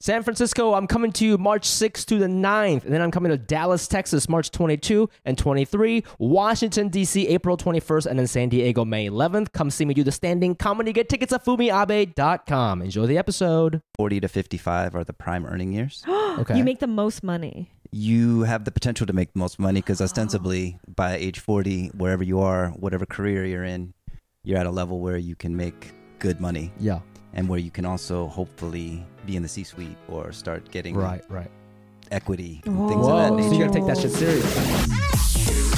San Francisco, I'm coming to you March 6th to the 9th. And then I'm coming to Dallas, Texas, March 22 and 23. Washington, D.C., April 21st. And then San Diego, May 11th. Come see me do the standing comedy. Get tickets at fumiabe.com. Enjoy the episode. 40 to 55 are the prime earning years. Okay. You make the most money. you have the potential to make the most money because ostensibly by age 40, wherever you are, whatever career you're in, you're at a level where you can make good money yeah. and where you can also hopefully be in the C suite or start getting Right, right. equity and things of that Whoa. nature. So you got to take that shit serious.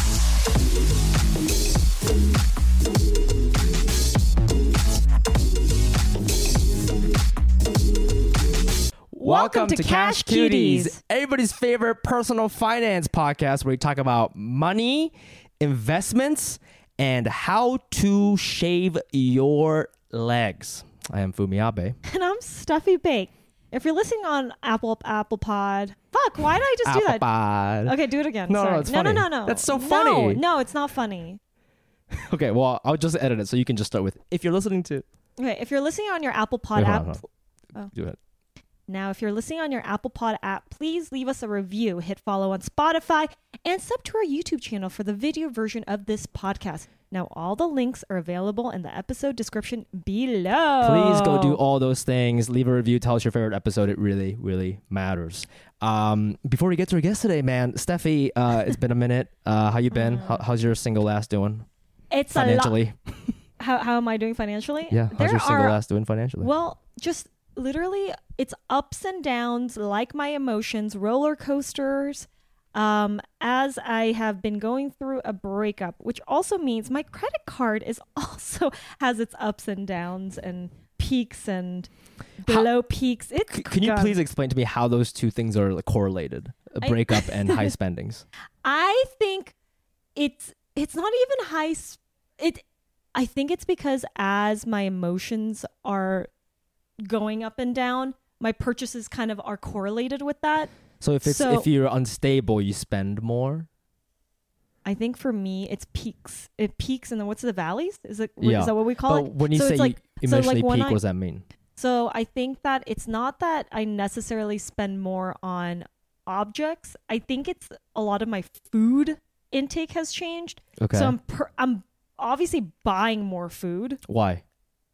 Welcome to Cash Cuties. everybody's favorite personal finance podcast where we talk about money, investments, and how to shave your legs. I am Fumiabe. And I'm Stuffy Bake. If you're listening on Apple Apple Pod, fuck, why did I just do that? Apapad. Okay, do it again. No, no, Sorry. it's no, no, funny. no, no. That's so No, funny. No, it's not funny. Okay, well, I'll just edit it so you can just start with if you're listening to. Okay, if you're listening on your Apple Pod Wait, hold app, on, hold on. Oh. Do it. Now, if you're listening on your Apple Pod app, please leave us a review, hit follow on Spotify, and sub to our YouTube channel for the video version of this podcast. Now, all the links are available in the episode description below. Please go Oh. do all those things. Leave a review. Tell us your favorite episode. It really, really matters. Um, before we get to our guest today, man, Steffi, uh, it's been a minute. Uh, how you been? How, how's your single ass doing It's a lot. financially? How, how am I doing financially? Yeah, how's there your single are ass doing financially? Well, just literally, it's ups and downs, like my emotions, roller coasters. Um, as I have been going through a breakup, which also means my credit card is also has its ups and downs and peaks and below peaks. It's C- can you gone. please explain to me how those two things are like, correlated? A I- Breakup and high spendings. I think it's it's not even high. s it I think it's because as my emotions are going up and down, my purchases kind of are correlated with that. So if it's So- if you're unstable, you spend more. I think for me, it's peaks. It peaks, and then what's the valleys? Is it is Yeah. that what we call But it? when you so say it's like you so like emotionally when peak, I- what does that mean? so. I think that it's not that I necessarily spend more on objects. I think it's a lot of my food intake has changed. Okay. So I'm per- I'm obviously buying more food Why?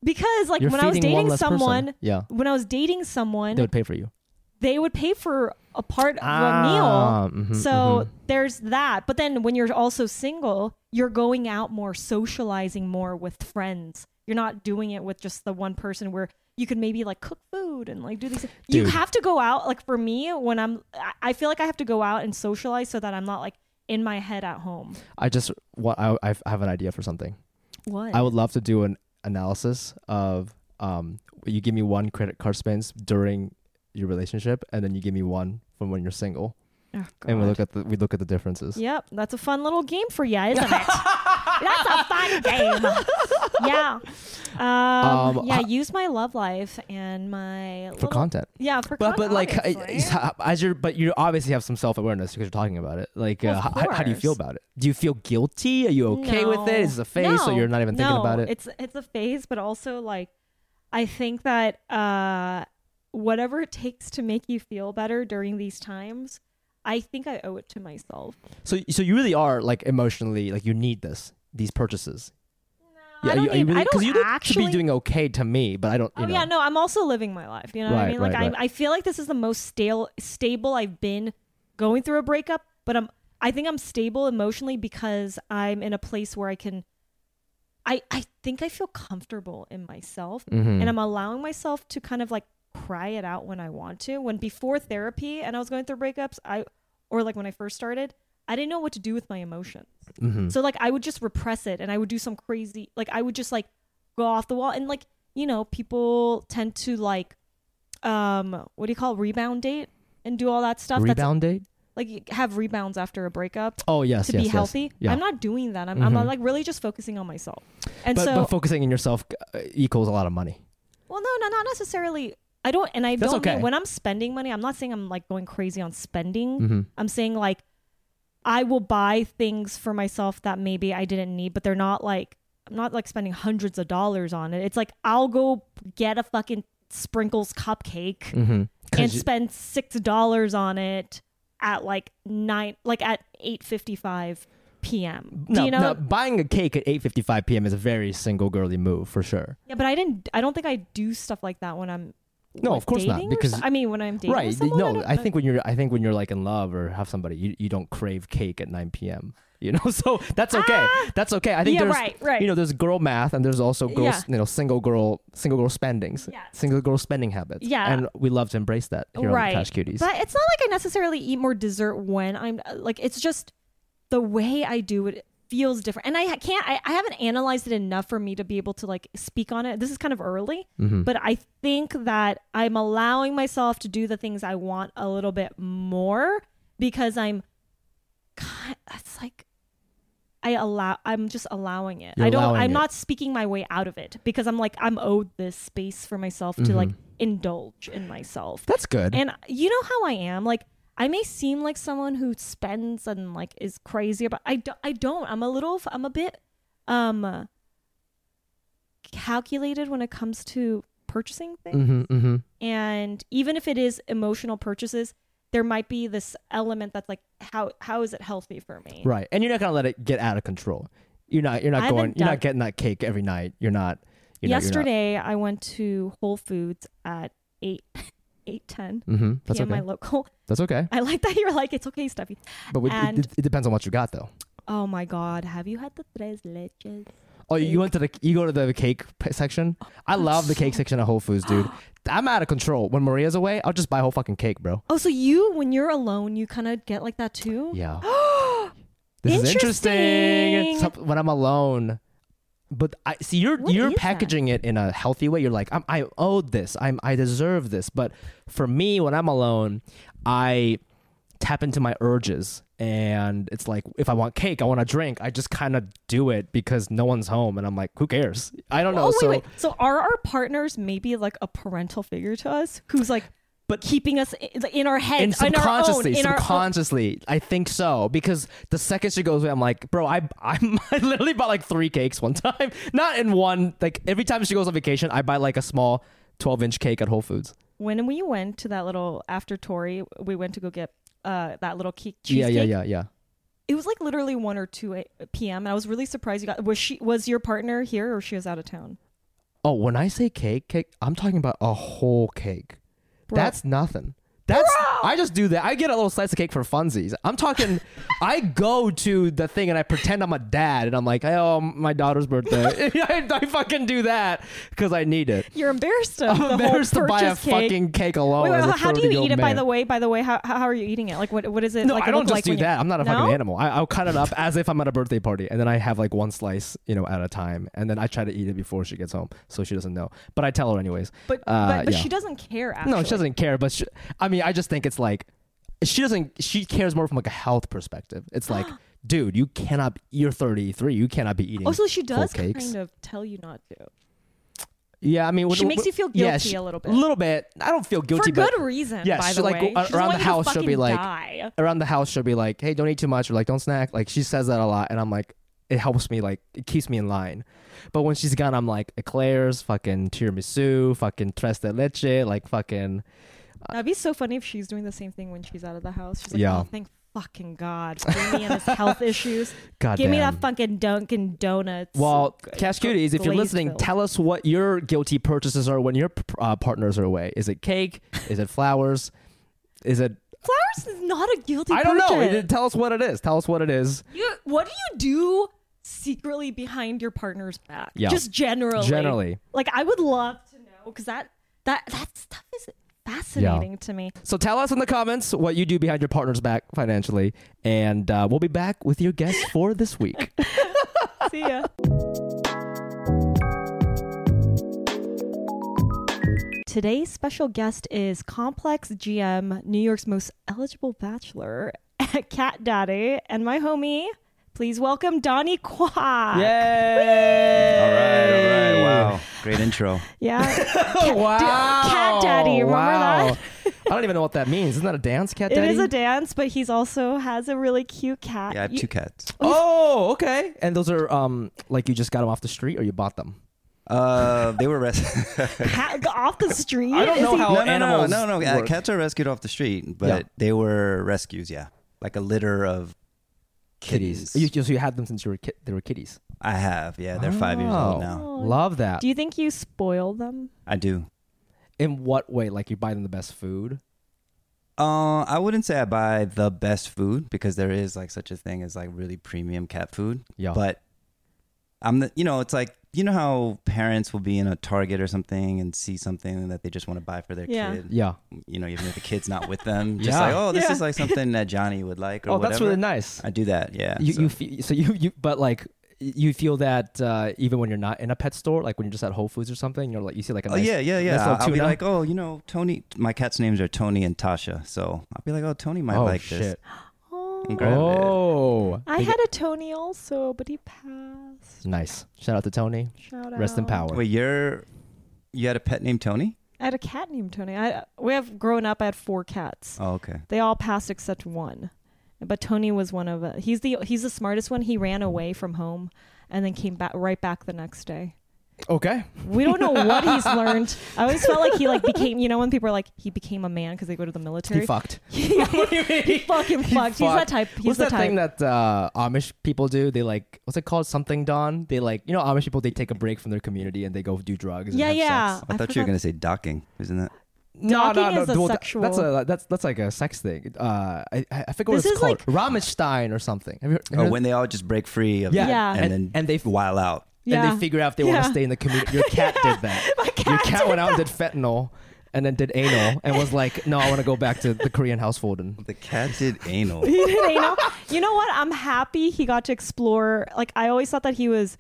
because like You're when I was feeding one dating less person. someone, Yeah. when I was dating someone, They would pay for you. they would pay for a part of a meal. Ah, mhm, So mhm. there's that. But then when you're also single, you're going out more, socializing more with friends. You're not doing it with just the one person where you could maybe like cook food and like do these. You Dude. have to go out. Like for me, when I'm, I- I feel like I have to go out and socialize so that I'm not like in my head at home. I just what I, I have an idea for something. What? I would love to do an analysis of um you give me one credit card spends during your relationship and then you give me one from when you're single Oh, and we God. look at the we look at the differences. Yep, that's a fun little game for you, isn't it? that's a fun game. Yeah. Um, Um, yeah, I- use my love life and my For little, content, yeah, for but but like I- obviously. I- as you're but you obviously have some self awareness because you're talking about it. Like Of uh, h- how, how do you course. feel about it? Do you feel guilty? Are you okay with it? No. Is it a phase so No, you're not even thinking no, about it? It's it's a phase, but also like I think that uh whatever it takes to make you feel better during these times, I think I owe it to myself. So so you really are like emotionally like you need this these purchases. I don't, you, even, I because don't you look actually to be doing okay to me, but I don't. You Oh know. yeah, no, I'm also living my life. You know what I Right, mean? Like right, I'm, right. I feel like this is the most stale, stable I've been going through a breakup, but I'm I think I'm stable emotionally because I'm in a place where I can I I think I feel comfortable in myself Mhm. and I'm allowing myself to kind of like cry it out when I want to. When before therapy and I was going through breakups, I or like when I first started, I didn't know what to do with my emotions. Mhm. So like I would just repress it and I would do some crazy like I would just like go off the wall and like you know people tend to like um what do you call it? rebound date and do all that stuff Rebound date? that's like have rebounds after a breakup Oh yes, to yes, be yes. healthy. Yeah. I'm not doing that. I'm, Mhm. I'm like really just focusing on myself. And but, so but focusing on yourself uh, equals a lot of money. well no, no not necessarily I don't and I That's don't okay. mean when I'm spending money, I'm not saying I'm like going crazy on spending. Mm-hmm. I'm saying like I will buy things for myself that maybe I didn't need, but they're not like I'm not like spending hundreds of dollars on it. It's like I'll go get a fucking sprinkles cupcake Mm-hmm. and spend six dollars on it at like nine like at eight fifty five p.m. no, Do you know? no, buying a cake at 8:55 p.m. is a very single girly move for sure. Yeah, but I didn't. I don't think I do stuff like that when I'm. No, like, of course not, dating or because- so- I mean when I'm dating. with right? someone, no, don't- I, think when you're I think when you're like in love or have somebody, you, you don't crave cake at 9 p.m. You know, so that's okay. That's okay. I think Ah! Yeah, there's right, right. you know there's girl math and there's also girls Yeah. you know single girl single girl spendings, Yeah. single girl spending habits. Yeah. and we love to embrace that here right. on the Cash Cuties. But it's not like I necessarily eat more dessert when I'm uh, like. It's just the way I do it feels different, and I ha- can't. I, I haven't analyzed it enough for me to be able to like speak on it. This is kind of early, Mm-hmm. but I think that I'm allowing myself to do the things I want a little bit more because I'm. ki- That's like. I allow. I'm just allowing it. You're I don't. allowing I'm it. not speaking my way out of it because I'm like I'm owed this space for myself Mm-hmm. to like indulge in myself. that's good. And you know how I am. Like I may seem like someone who spends and like is crazy about. I don't. I don't. I'm a little. I'm a bit um calculated when it comes to purchasing things. hmm hmm And even if it is emotional purchases, there might be this element that's like, how how is it healthy for me? Right, and you're not gonna let it get out of control. You're not. You're I not haven't going. You're done- not getting that cake every night. You're not. You know, Yesterday, I went to Whole Foods at eight eight ten Mm-hmm. That's p.m. okay. My local. That's okay. I like that you're like, it's okay, Steffi. But we, it, And- it, it depends on what you got though. Oh my God, have you had the tres leches? Oh, you went to the you go to the cake p- section. I love the cake section at Whole Foods, dude. I'm out of control. When Maria's away, I'll just buy a whole fucking cake, bro. Oh, so you, when you're alone, you kind of get like that too? Yeah. this is Interesting. interesting. Some- when I'm alone, but I see you're What you're is that? packaging it in a healthy way. You're like, I'm, I owed this. I'm I deserve this. But for me, when I'm alone, I tap into my urges and it's like if i want cake i want a drink i just kind of do it because no one's home and i'm like who cares i don't know Oh, wait, so wait. So are our partners maybe like a parental figure to us who's like, but keeping us in, in our heads, and subconsciously, in our own, in our own- subconsciously, I think so because the second she goes away, I'm like, bro, I I'm, I literally bought like three cakes one time, not in one. Like every time she goes on vacation, I buy like a small 12 inch cake at Whole Foods. When we went to that little after Tori, we went to go get uh, that little cake Yeah, cheesecake. yeah, yeah, yeah. It was like literally one or two a- p.m. and I was really surprised you got. Was she was your partner here or she was out of town? Oh, when I say cake, cake, I'm talking about a whole cake. Bro. That's nothing. That's I just do that. I get a little slice of cake for funsies. I'm talking. I go to the thing and I pretend I'm a dad and I'm like, oh, my daughter's birthday. I, I fucking do that because I need it. You're embarrassed of I'm the embarrassed whole to buy a purchase cake. fucking cake alone. Wait, wait, as a how do you 30-year-old eat it? By man. the way, by the way, how, how how are you eating it? Like, what what is it? No, like, I it don't look just like do when you- that. I'm not a No? fucking animal. I, I'll cut it up as if I'm at a birthday party, and then I have like one slice, you know, at a time, and then I try to eat it before she gets home, so she doesn't know. But I tell her anyways. But Uh, but, but yeah. she doesn't care. Actually. No, she doesn't care. But she, I mean, I just think it's like she doesn't. She cares more from like a health perspective. It's like, dude, you cannot. You're 33. You cannot be eating. Also, she full does cakes. kind of tell you not to Yeah, I mean, She makes you feel guilty a little bit. A little bit. I don't feel guilty. for but, good reason. yeah, by she'll, the like, way, go- She doesn't around want the you to house, she'll be fucking like- die. around the house she'll be like hey don't eat too much or like don't snack like she says that a lot and i'm like it helps me like it keeps me in line but when she's gone i'm like eclairs fucking tiramisu fucking tres de leche like fucking That'd be so funny if she's doing the same thing when she's out of the house. She's like, Yeah. oh, thank fucking God, give me and his health issues. god Give me that fucking Dunkin' Donuts. well G- cash gla- cuties if you're glazed listening filled. tell us what your guilty purchases are when your uh, partners are away is it cake is it flowers is it flowers is not a guilty. i don't know purchase. It- tell us what it is tell us what it is You, what do you do secretly behind your partner's back? Yeah. Just generally. Generally. Like I would love to know because that that that stuff is fascinating to me. So tell us in the comments what you do behind your partner's back financially, and uh, we'll be back with your guest for this week. See ya. Today's special guest is Complex GM, New York's most eligible bachelor, Cat Daddy, and my homie. Please welcome Donnie Quack. Yay! All right, all right, wow, great intro. Yeah. Oh, wow. Cat daddy, remember wow. I don't even know what that means. Isn't that a dance, cat It daddy? is a dance, but he's also has a really cute cat. Yeah, I have You- two cats. Oh, okay. And those are um like you just got them off the street or you bought them? Uh, they were rescued. Ha- off the street. I don't Is know he- how- no, no, no, Oh, animals no, no, Uh, work. cats are rescued off the street, but Yeah. they were rescues. Yeah, like a litter of kitties. You, you- so you had them since you were kid, they were kitties. I have. Yeah, they're five years Oh. old now. Oh, Love that. Do you think you spoil them? I do. In what way? Like you buy them the best food? Uh, I wouldn't say I buy the best food because there is like such a thing as like really premium cat food. Yeah. But I'm the, you know, it's like you know how parents will be in a Target or something and see something that they just want to buy for their Yeah. kid. Yeah. You know, even if the kid's not with them, just Yeah. like oh, this Yeah. is like something that Johnny would like or Oh, whatever. that's really nice. I do that. Yeah. you so- you fe- so you you but like you feel that uh, even when you're not in a pet store, like when you're just at Whole Foods or something, you're like you see like a Oh nice, yeah, yeah, nice yeah. little I'll be tuna. like, oh, you know, Tony. My cat's names are Tony and Tasha, so I'll be like, oh, Tony might oh like shit. this. Oh, And grab it. Oh, I They had a Tony also, but he passed. get- nice. Shout out to Tony. Shout out. Rest in power. Wait, you're you had a pet named Tony? I had a cat named Tony. I we have grown up. I had four cats. Oh, okay. They all passed except one, but Tony was one of. A, he's the he's the smartest one. He ran away from home, and then came back right back the next day. Okay. We don't know what he's learned. I always felt like he like became. You know when people are like he became a man because they go to the military. He fucked. he fucking He fucked. He's that fucked. type. He's What's the that type. thing that uh, Amish people do? They like what's it called? Something Don. They like you know Amish people. They take a break from their community and they go do drugs. and yeah, have yeah. Sex. I, thought you were gonna say docking, isn't that? No, no, Docking no. is a dual- sexual- That's a that's that's like a sex thing. Uh, I I I forget what This it's is called. Rammstein or something. Have you heard, Or Oh, when they all just break free of Yeah. it Yeah. and, then and they while out. Yeah. and they figure out if they want Yeah. to stay in the community. Your cat did that. My cat Your cat did went out and did fentanyl, and then did anal, and was like, "No, I want to go back to the Korean household." And The cat did anal. He did anal. You know what? I'm happy he got to explore. Like I always thought that he was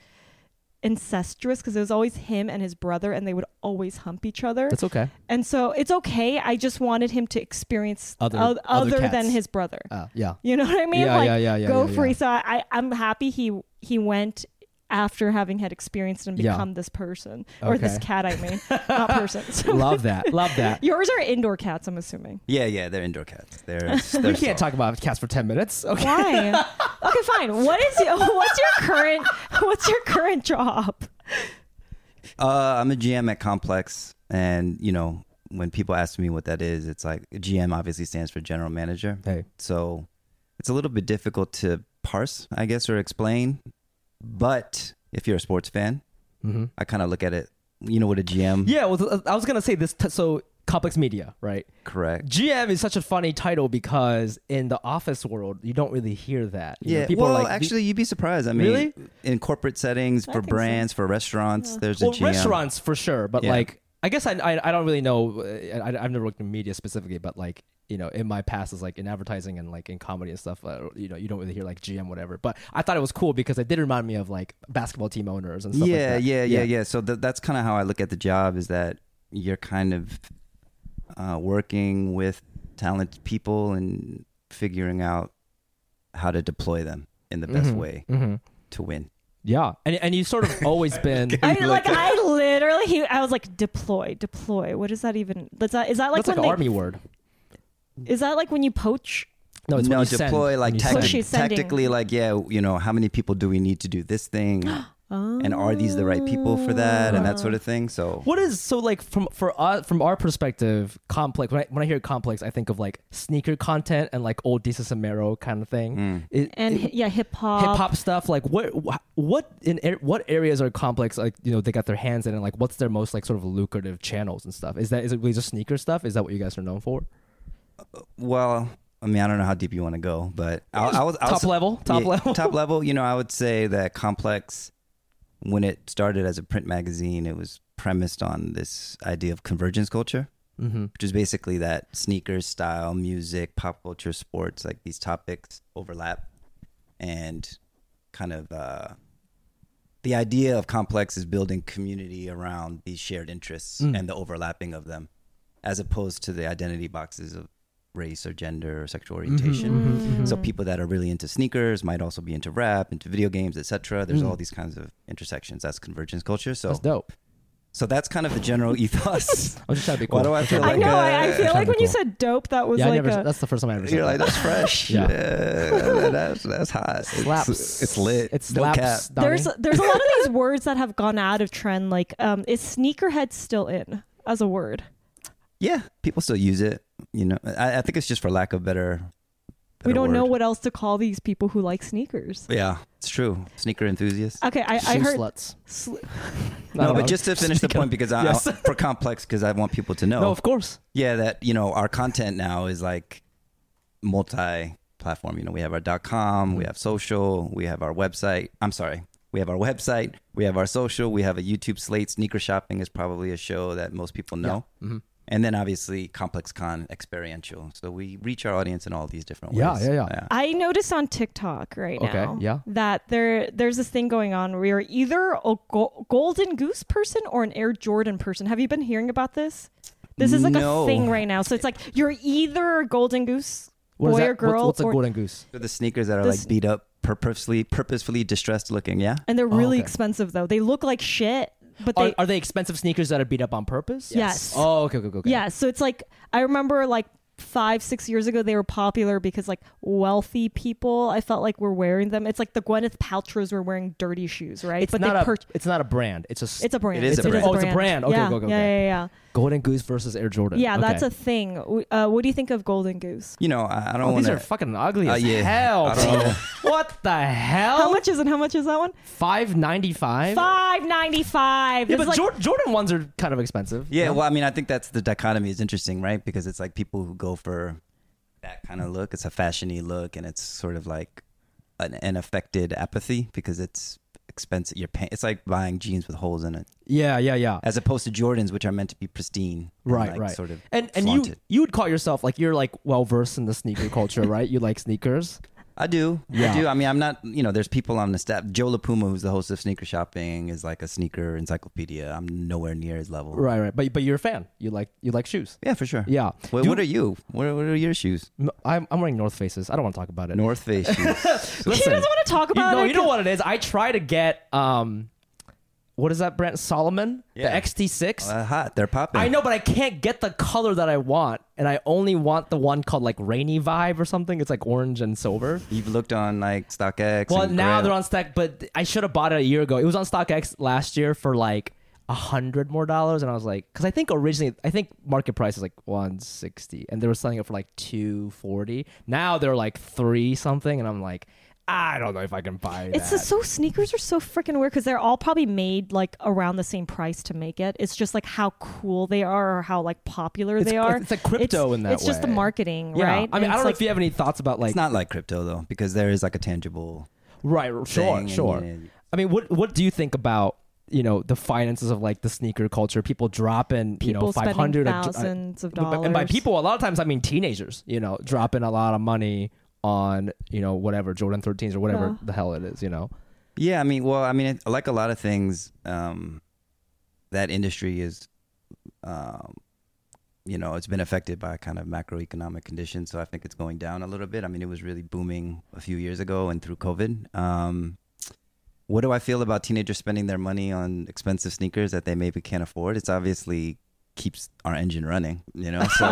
incestuous because it was always him and his brother, and they would always hump each other. that's okay. and so it's okay. I just wanted him to experience Other- oth- other other cats. than his brother. Uh, yeah. You know what I mean? Yeah, like yeah, yeah, yeah, go yeah, free. yeah. So I, I I'm happy he he went after having had experienced and Yeah. become this person or this Okay. cat. I mean, not person. So Love that. Love that. yours are indoor cats. I'm assuming. Yeah, yeah, they're indoor cats. They're, We they're can't soft. talk about cats for ten minutes. Okay. Why? okay, fine. What is your, what's your current what's your current job? Uh, I'm a GM at Complex, and you know when people ask me what that is, it's like GM obviously stands for general manager. Hey. So it's a little bit difficult to parse, I guess, or explain. But if you're a sports fan, Mm-hmm. I kind of look at it. You know what a GM? Yeah. Well, th- I was gonna say this. T- so complex media, right? Correct. GM is such a funny title because in the office world, you don't really hear that. You know, Yeah. people are well, like, actually, you'd be surprised. I mean, Really? in corporate settings, I for think so. brands, for restaurants, there's well, a GM. restaurants for sure, but Yeah. like I guess I, I I don't really know. uh, I, I've never worked in media specifically, but like you know, in my past is like in advertising and like in comedy and stuff. Uh, you know, you don't really hear like GM whatever. But I thought it was cool because it did remind me of like basketball team owners and stuff. like yeah, that. yeah, yeah, yeah. So th- that's kind of how I look at the job is that you're kind of uh, working with talented people and figuring out how to deploy them in the best way hmm to win. yeah. And and you sort of always been. I like I literally he, I was like deploy, deploy. What is that even? That's that, is that like that's like when an they, army word. is that like when you poach? No, it's when no, you send, deploy when like you tactic- send. Pushy tacti- sending. tactically, like yeah, you know, how many people do we need to do this thing, and are these the right people for that, and that sort Oh. of thing. So What is so like from for us from our perspective complex when I, when I hear complex I think of like sneaker content and like old Jesus and Mero kind of thing Mm. It- And it- hi- yeah, hip hop. hip hop stuff like what wh- what in ar- what areas are complex like you know they got their hands in and like what's their most like sort of lucrative channels and stuff is that is it really just sneaker stuff is that what you guys are known for Well, I mean, I don't know how deep you want to go, but I, I was I Top was- level? Top level? top level. You know, I would say that Complex, when it started as a print magazine, it was premised on this idea of convergence culture, mm-hmm. which is basically that sneakers, style, music, pop culture, sports, like these topics overlap, and kind of uh, the idea of Complex is building community around these shared interests Mm. and the overlapping of them, as opposed to the identity boxes of race or gender or sexual Mm-hmm. orientation. So people that are really into sneakers might also be into rap, into video games, etc. There's Mm. all these kinds of intersections. That's convergence culture. So that's dope So that's kind of the general ethos. I'm just trying to be cool. Why do I feel I like know. I I a- feel like when you Chemical. said dope, that was uh, yeah, I like never. a. that's the first time I ever said You're like that. that's fresh. Yeah. yeah, that's that's hot. It's- It's, slaps. lit. It no slaps. cap. Donnie. There's there's a lot of these words that have gone out of trend. Like, um, is sneakerhead still in as a word? Yeah, people still use it. You know, I, I think it's just for lack of better. we better don't know word. what else to call these people who like sneakers. Yeah, it's true. Sneaker enthusiasts. Okay, I, I Shoe heard. sluts. sl- No, but just to finish the point, because I, Yes. I- for complex, because I want people to know. No, of course. yeah, that you know, our content now is like multi-platform. You know, we have our dot .com, Mm-hmm. we have social, we have our website. I'm sorry, we have our website, we have our social, we have a YouTube slate. Sneaker shopping is probably a show that most people know. Mhm. And then obviously Complex Con experiential. So we reach our audience in all these different ways. Yeah, yeah, yeah. I noticed on TikTok right Okay, now yeah. that there there's this thing going on where you're either a go- golden goose person or an Air Jordan person. Have you been hearing about this? This is like No. a thing right now. So it's like you're either a golden goose What is boy that? or girl, What's, what's a or- golden goose? So the sneakers that are The like sn- beat up, purposefully, purposefully distressed looking. Yeah. and they're really Oh, okay. expensive though. They look like shit, but Are, they are they expensive sneakers that are beat up on purpose? Yes. Oh, okay, okay, okay, okay. Yeah, so it's like I remember like five, six years ago they were popular because like wealthy people I felt like were wearing them. It's like the Gwyneth Paltrows were wearing dirty shoes, right? It's not they a. pur- it's not a brand. It's a. s- it's a brand. It is a brand. Oh, it's a brand. Okay, yeah. okay, okay, yeah, okay. yeah, golden goose versus Air Jordan. yeah. Yeah, Okay. that's a thing. W- Uh, what do you think of Golden Goose? You know, I, I don't Oh, want these to. are fucking ugly Uh, as yeah. hell, I don't bro. know. what the hell? How much is it? How much is that one? Five ninety five. Five ninety five. Yeah, but Jor- Jordan ones are kind of expensive. yeah, well, I mean, I think that's the dichotomy is interesting, right? Because it's like people who go for that kind of look. It's a fashiony look, and it's sort of like an, an affected apathy because it's expensive. You're paying. It's like buying jeans with holes in it, yeah, yeah, yeah. as opposed to Jordans, which are meant to be pristine. and, right, like, right. Sort of. and and you flaunted. you would call yourself like you're like well versed in the sneaker culture, right? You like sneakers. I do. Yeah. I do. I mean, I'm not, you know, there's people on the staff. Joe LaPuma, who's the host of Sneaker Shopping, is like a sneaker encyclopedia. I'm nowhere near his level. Right, right. But but you're a fan. You like you like shoes. Yeah, for sure. Yeah. Wait, Do- what are you? What are, what are your shoes? M- I'm, I'm wearing North Faces. I don't want to talk about it. North Face shoes. Listen, she doesn't want to talk you, about no, it. you know what it is. I try to get um, what is that brand? Solomon, Yeah. the XT6. Uh, hot. They're popping. I know, but I can't get the color that I want, and I only want the one called like Rainy Vibe or something. It's like orange and silver. You've looked on like StockX. Well, and now Grail. they're on Stack, but I should have bought it a year ago. It was on StockX last year for like a hundred more dollars, and I was like, because I think originally, I think market price is like one sixty, and they were selling it for like two forty. Now they're like three something, and I'm like, I don't know if I can buy It's that. just so sneakers are so freaking weird because they're all probably made like around the same price to make it. It's just like how cool they are or how like popular It's they cl- are. it's like crypto It's- in that It's just the way. marketing, yeah, right? I mean, And I don't it's know like, if you have any thoughts about like It's not like crypto though, because there is like a tangible. Right. r- thing, Sure. and, Sure. you know, you- I mean, what what do you think about you know the finances of like the sneaker culture? People dropping you know People spending five hundred uh, thousands of and by dollars. people, a lot of times I mean teenagers. You know, dropping a lot of money on you know whatever Jordan 13s or whatever Yeah. the hell it is. You know. Yeah, I mean, well, I mean, it, like a lot of things, um, that industry is, um, you know, it's been affected by kind of macroeconomic conditions. So I think it's going down a little bit. I mean, it was really booming a few years ago and through COVID. Um, what do I feel about teenagers spending their money on expensive sneakers that they maybe can't afford? It's obviously keeps our engine running, you know? So.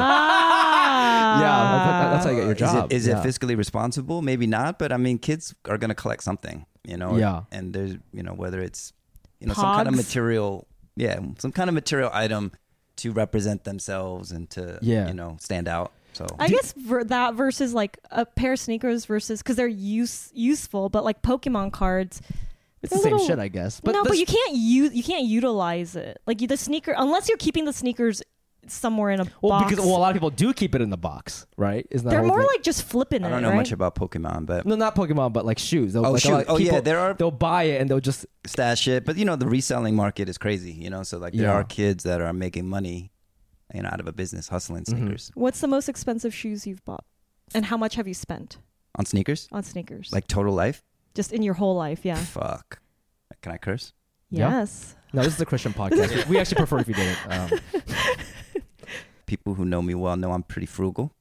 Ah. Yeah, that- that- that's how you get your Uh, Is it- job. Is Yeah. it fiscally responsible? Maybe not, but I mean, kids are going to collect something, you know. Yeah. And there's, you know, whether it's, you know, some kind of Pogs. material, yeah, some kind of material item to represent themselves and to, Yeah. you know, stand out. So I guess ver- that versus like a pair of sneakers versus because they're use useful, but like Pokemon cards. It's they're the same little- shit, I guess. no, but this- you can't use you can't utilize it like you, the sneaker unless you're keeping the sneakers somewhere in a well, box. because well, a lot of people do keep it in the box, right? Isn't that they're whole more thing? like just flipping I it. don't know right? much about Pokemon, but no, not Pokemon, but like shoes. They'll, Oh, like, a lot shoes. of Oh, yeah, people- there are- They'll buy it and they'll just stash it. But you know, the reselling market is crazy, you know. So like, there Yeah. are kids that are making money, you know, out of a business hustling Mm-hmm. sneakers What's the most expensive shoes you've bought? And how much have you spent on sneakers, on sneakers? like total life. just in your whole life, yeah. Fuck. Can I curse? Yeah. Yes. no. This is a Christian podcast. we actually prefer if you didn't. Um, People who know me well know I'm pretty frugal.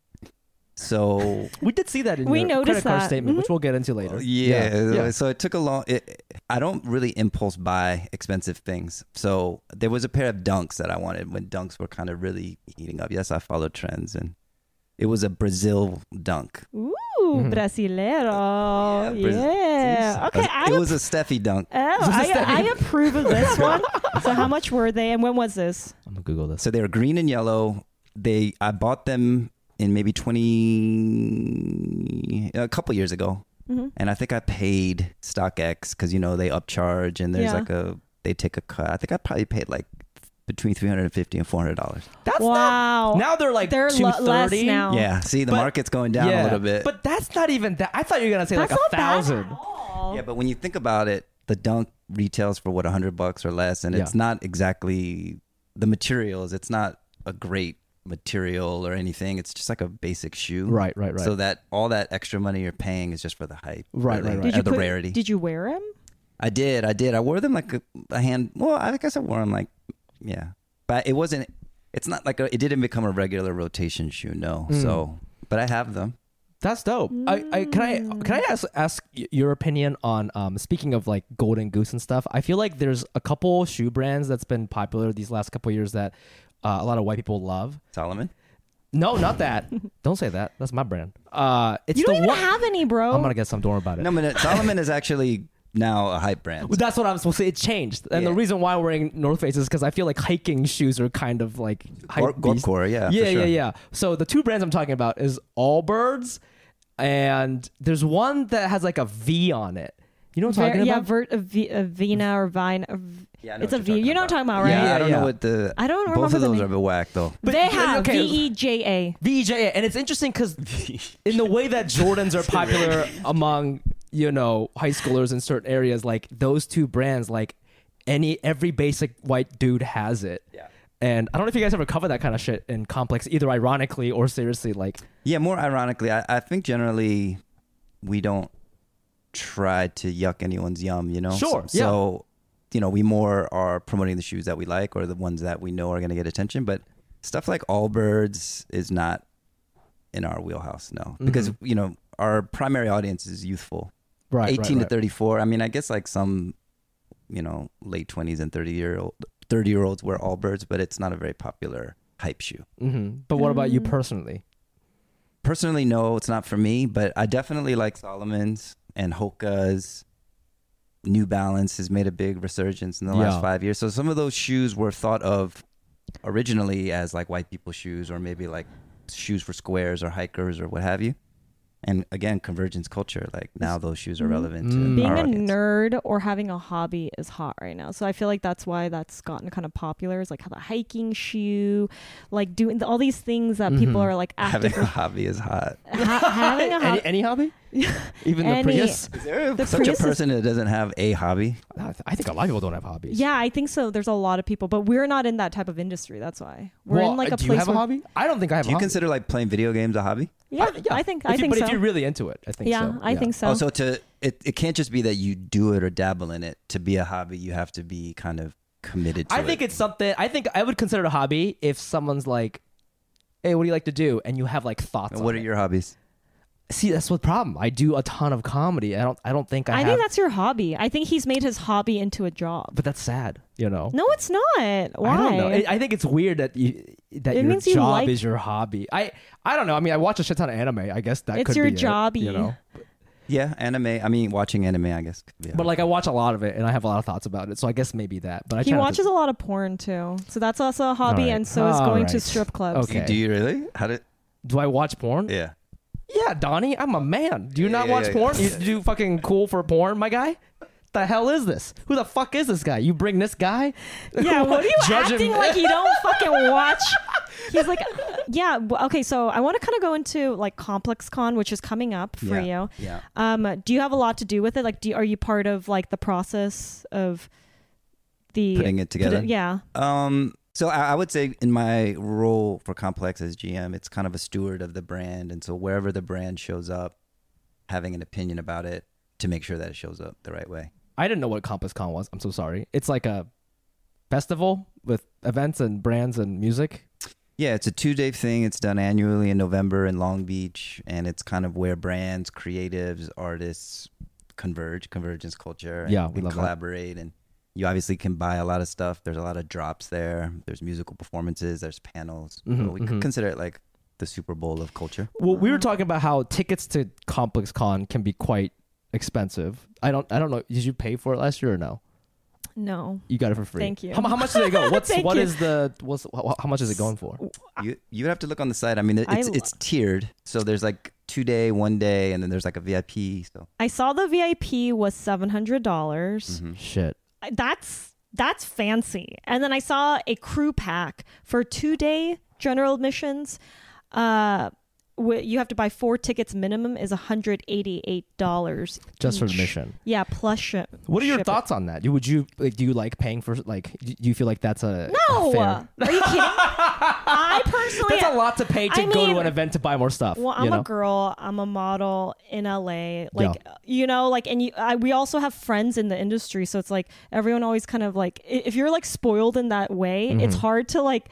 So We did see that in We your noticed credit card that. Mm-hmm. statement, which we'll get into later. Oh, yeah, yeah. so it took a long. It, I don't really impulse buy expensive things. So there was a pair of Dunks that I wanted when Dunks were kind of really heating up. Yes, I follow trends, and it was a Brazil Dunk. Ooh, Mhm. brasileiro. Mm-hmm. Brazil- Yeah. Okay, I, it ap- was a Steffi Dunk. oh, I, I approve of this one. so how much were they and when was this? I'm gonna Google this. So they were green and yellow. They I bought them in maybe twenty a couple years ago, Mhm. and I think I paid StockX because you know they upcharge and there's Yeah. like a they take a cut. I think I probably paid like between three hundred and fifty and four hundred dollars. That's wow. not. Now they're like They're two lo- less thirty now. Oh. Yeah, see the But- market's going down a little bit. But that's not even that. I thought you were gonna say That's like not a thousand. bad at all. yeah, but when you think about it, the dunk retails for what hundred bucks or less, and Yeah. it's not exactly the materials. It's not a great material or anything. It's just like a basic shoe. Right, right, right. So that all that extra money you're paying is just for the hype, Right, right, right. Or Did you the put- rarity. Did you wear them? I did, I did. I wore them like a, a hand. Well, I guess I wore them like, yeah, but it wasn't. It's not like a, it didn't become a regular rotation shoe. No, Mm. so but I have them. That's dope. I, I can I Mm. can I ask ask y- your opinion on um speaking of like Golden Goose and stuff. I feel like there's a couple shoe brands that's been popular these last couple years that uh, a lot of white people love. Solomon. No, not that. don't say that. That's my brand. Uh, it's You don't the even one. have any, bro. I'm gonna get some. Don't worry about it. No, but Solomon is actually now a hype brand. Well, that's what I'm supposed to say. It changed, and the Yeah. reason why I'm wearing North Face is because I feel like hiking shoes are kind of like Gor- hype beast. Gorkor, yeah, for yeah, yeah, sure. yeah. So the two brands I'm talking about is Allbirds, and there's one that has like a V on it. You know what I'm Ver- talking yeah, about? Ver- a v- a Vina or Vine. a v- Yeah, I know it's what a you're V. You know what I'm talking about, right? yeah, I don't yeah. know what the. I don't Both remember of the those name. are a bit whack though. But- they yeah, have okay. V E J A. VJA, and it's interesting because in the way that Jordans are popular among you know high schoolers in certain areas, like those two brands, like any every basic white dude has it. Yeah. And I don't know if you guys ever cover that kind of shit in complex, either ironically or seriously. Like, Yeah, more ironically, I, I think generally we don't try to yuck anyone's yum, you know? Sure, So, so, you know, we more are promoting the shoes that we like or the ones that we know are going to get attention. But stuff like Allbirds is not in our wheelhouse, no. Mm-hmm. Because, you know, our primary audience is youthful right, 18 to 34. I mean, I guess like some, you know, late 20s and 30 year old. 30 year olds wear Allbirds, but it's not a very popular hype shoe. Mm-hmm. But what about you Mm. personally? personally no it's not for me but i definitely like solomon's and hoka's new balance has made a big resurgence in the Yeah. last five years so some of those shoes were thought of originally as like white people shoes or maybe like shoes for squares or hikers or what have you and again convergence culture like now those shoes are relevant Mm. to Mm-hmm. Being our a audience. nerd or having a hobby is hot right now. So I feel like that's why that's gotten kind of popular. Is like how the hiking shoe, like doing all these things that people are like having actively a hobby is hot ha- having a hobby. Any, any hobby? Even Any- the Prius? is there The such a Prius is- person that doesn't have a hobby I I think a lot of people don't have hobbies. Yeah, I think so. There's a lot of people, but we're not in that type of industry. That's why we're Well, uh, in like a do place. you have a where- hobby? I don't think I have do a you hobby. consider like playing video games a hobby Yeah, I- I think If I you- think But so. if you're really into it, I think yeah, so. I think so. Also, Oh, to it, it can't just be that you do it or dabble in it. To be a hobby, you have to be kind of committed to I it. think it's something. I think I would consider it a hobby if someone's like, "Hey, what do you like to do?" and you have like thoughts. What on are it. your hobbies? See, that's the problem. I do a ton of comedy. I don't. I don't think I. I have, think that's your hobby. I think he's made his hobby into a job. But that's sad. You know. No, it's not. Why? I don't know. I, I think it's weird that you that It your means you job like- is your hobby. I I don't know. I mean, I watch a shit ton of anime. I guess that It's could your be it, jobby. you know. Yeah, anime. I mean, watching anime, I guess. Could be a But hobby. like, I watch a lot of it, and I have a lot of thoughts about it. So I guess maybe that. But I he try not watches to... a lot of porn too, so that's also a hobby, All right. and so is All going to right. strip clubs. Okay. do you really? How did? Do I watch porn? Yeah. Yeah, Donnie, I'm a man. Do you Yeah, not yeah, watch yeah, porn? yeah. You do fucking cool for porn, my guy. The hell is this? Who the fuck is this guy? You bring this guy? Yeah, what are you Judge him. acting like you don't fucking watch? He's like, yeah, w- okay. So I want to kind of go into like Complex Con, which is coming up for Yeah. you. Yeah. Um, do you have a lot to do with it? Like, do are you part of like the process of the Putting it together? yeah, Um. So I, I would say in my role for Complex as GM, it's kind of a steward of the brand, and so wherever the brand shows up, having an opinion about it to make sure that it shows up the right way. I didn't know what Compass Con was. I'm so sorry. It's like a festival with events and brands and music. Yeah, it's a two day thing. It's done annually in November in Long Beach, and it's kind of where brands, creatives, artists converge, convergence culture. And, Yeah, we and love that. collaborate. And you obviously can buy a lot of stuff. There's a lot of drops there. There's musical performances. There's panels. Mhm, So we mhm. could consider it like the Super Bowl of culture. Well, we were talking about how tickets to Complex Con can be quite expensive. I don't I don't know. Did you pay for it last year or no? No. You got it for free. Thank you. How, mu- how much do they go? What's Thank what you. is the what's how, how much is it going for? You you would have to look on the site. I mean, I it's lo- it's tiered. So there's like two day, one day, and then there's like a VIP. So I saw the VIP was seven hundred dollars. Mm-hmm. Mm. Shit. That's that's fancy. And then I saw a crew pack for two day general admissions. Uh, wh- you have to buy four tickets minimum is one hundred eighty eight dollars Just Mm. for admission. Yeah, plus ship. What are your ship- thoughts on that? You would you like do you like paying for like do you feel like that's a No, a fair- are you kidding? I personally, That's a lot to pay to I go to mean- an event to buy more stuff. Well, you I'm know? a girl. I'm a model in LA. Like you know, like and you, I, we also have friends in the industry, so it's like everyone always kind of like i- if you're like spoiled in that way, Mm-hmm. it's hard to like.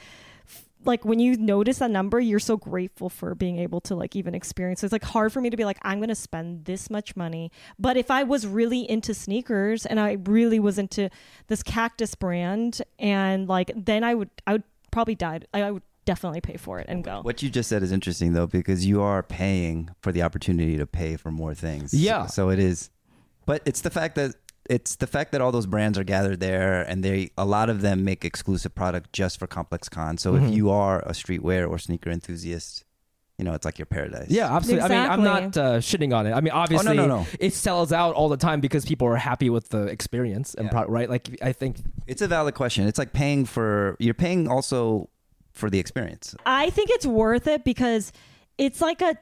f- Like when you notice a number, you're so grateful for being able to like even experience. So it's like hard for me to be like, I'm gonna spend this much money. But if I was really into sneakers and I really was into this cactus brand, and like then I would, I would probably die. I, I would definitely pay for it and go. What you just said is interesting though, because you are paying for the opportunity to pay for more things. Yeah. So, so it is, but it's the fact that it's the fact that all those brands are gathered there, and they a lot of them make exclusive product just for Complex Con. So Mm-hmm. if you are a streetwear or sneaker enthusiast, you know it's like your paradise. Yeah, absolutely. I mean, I'm not Exactly. uh, shitting on it. I mean, obviously, Oh, no, no. it sells out all the time because people are happy with the experience and pro- right. Like, I think It's a valid question. It's like paying for you're paying also for the experience. I think it's worth it because it's like a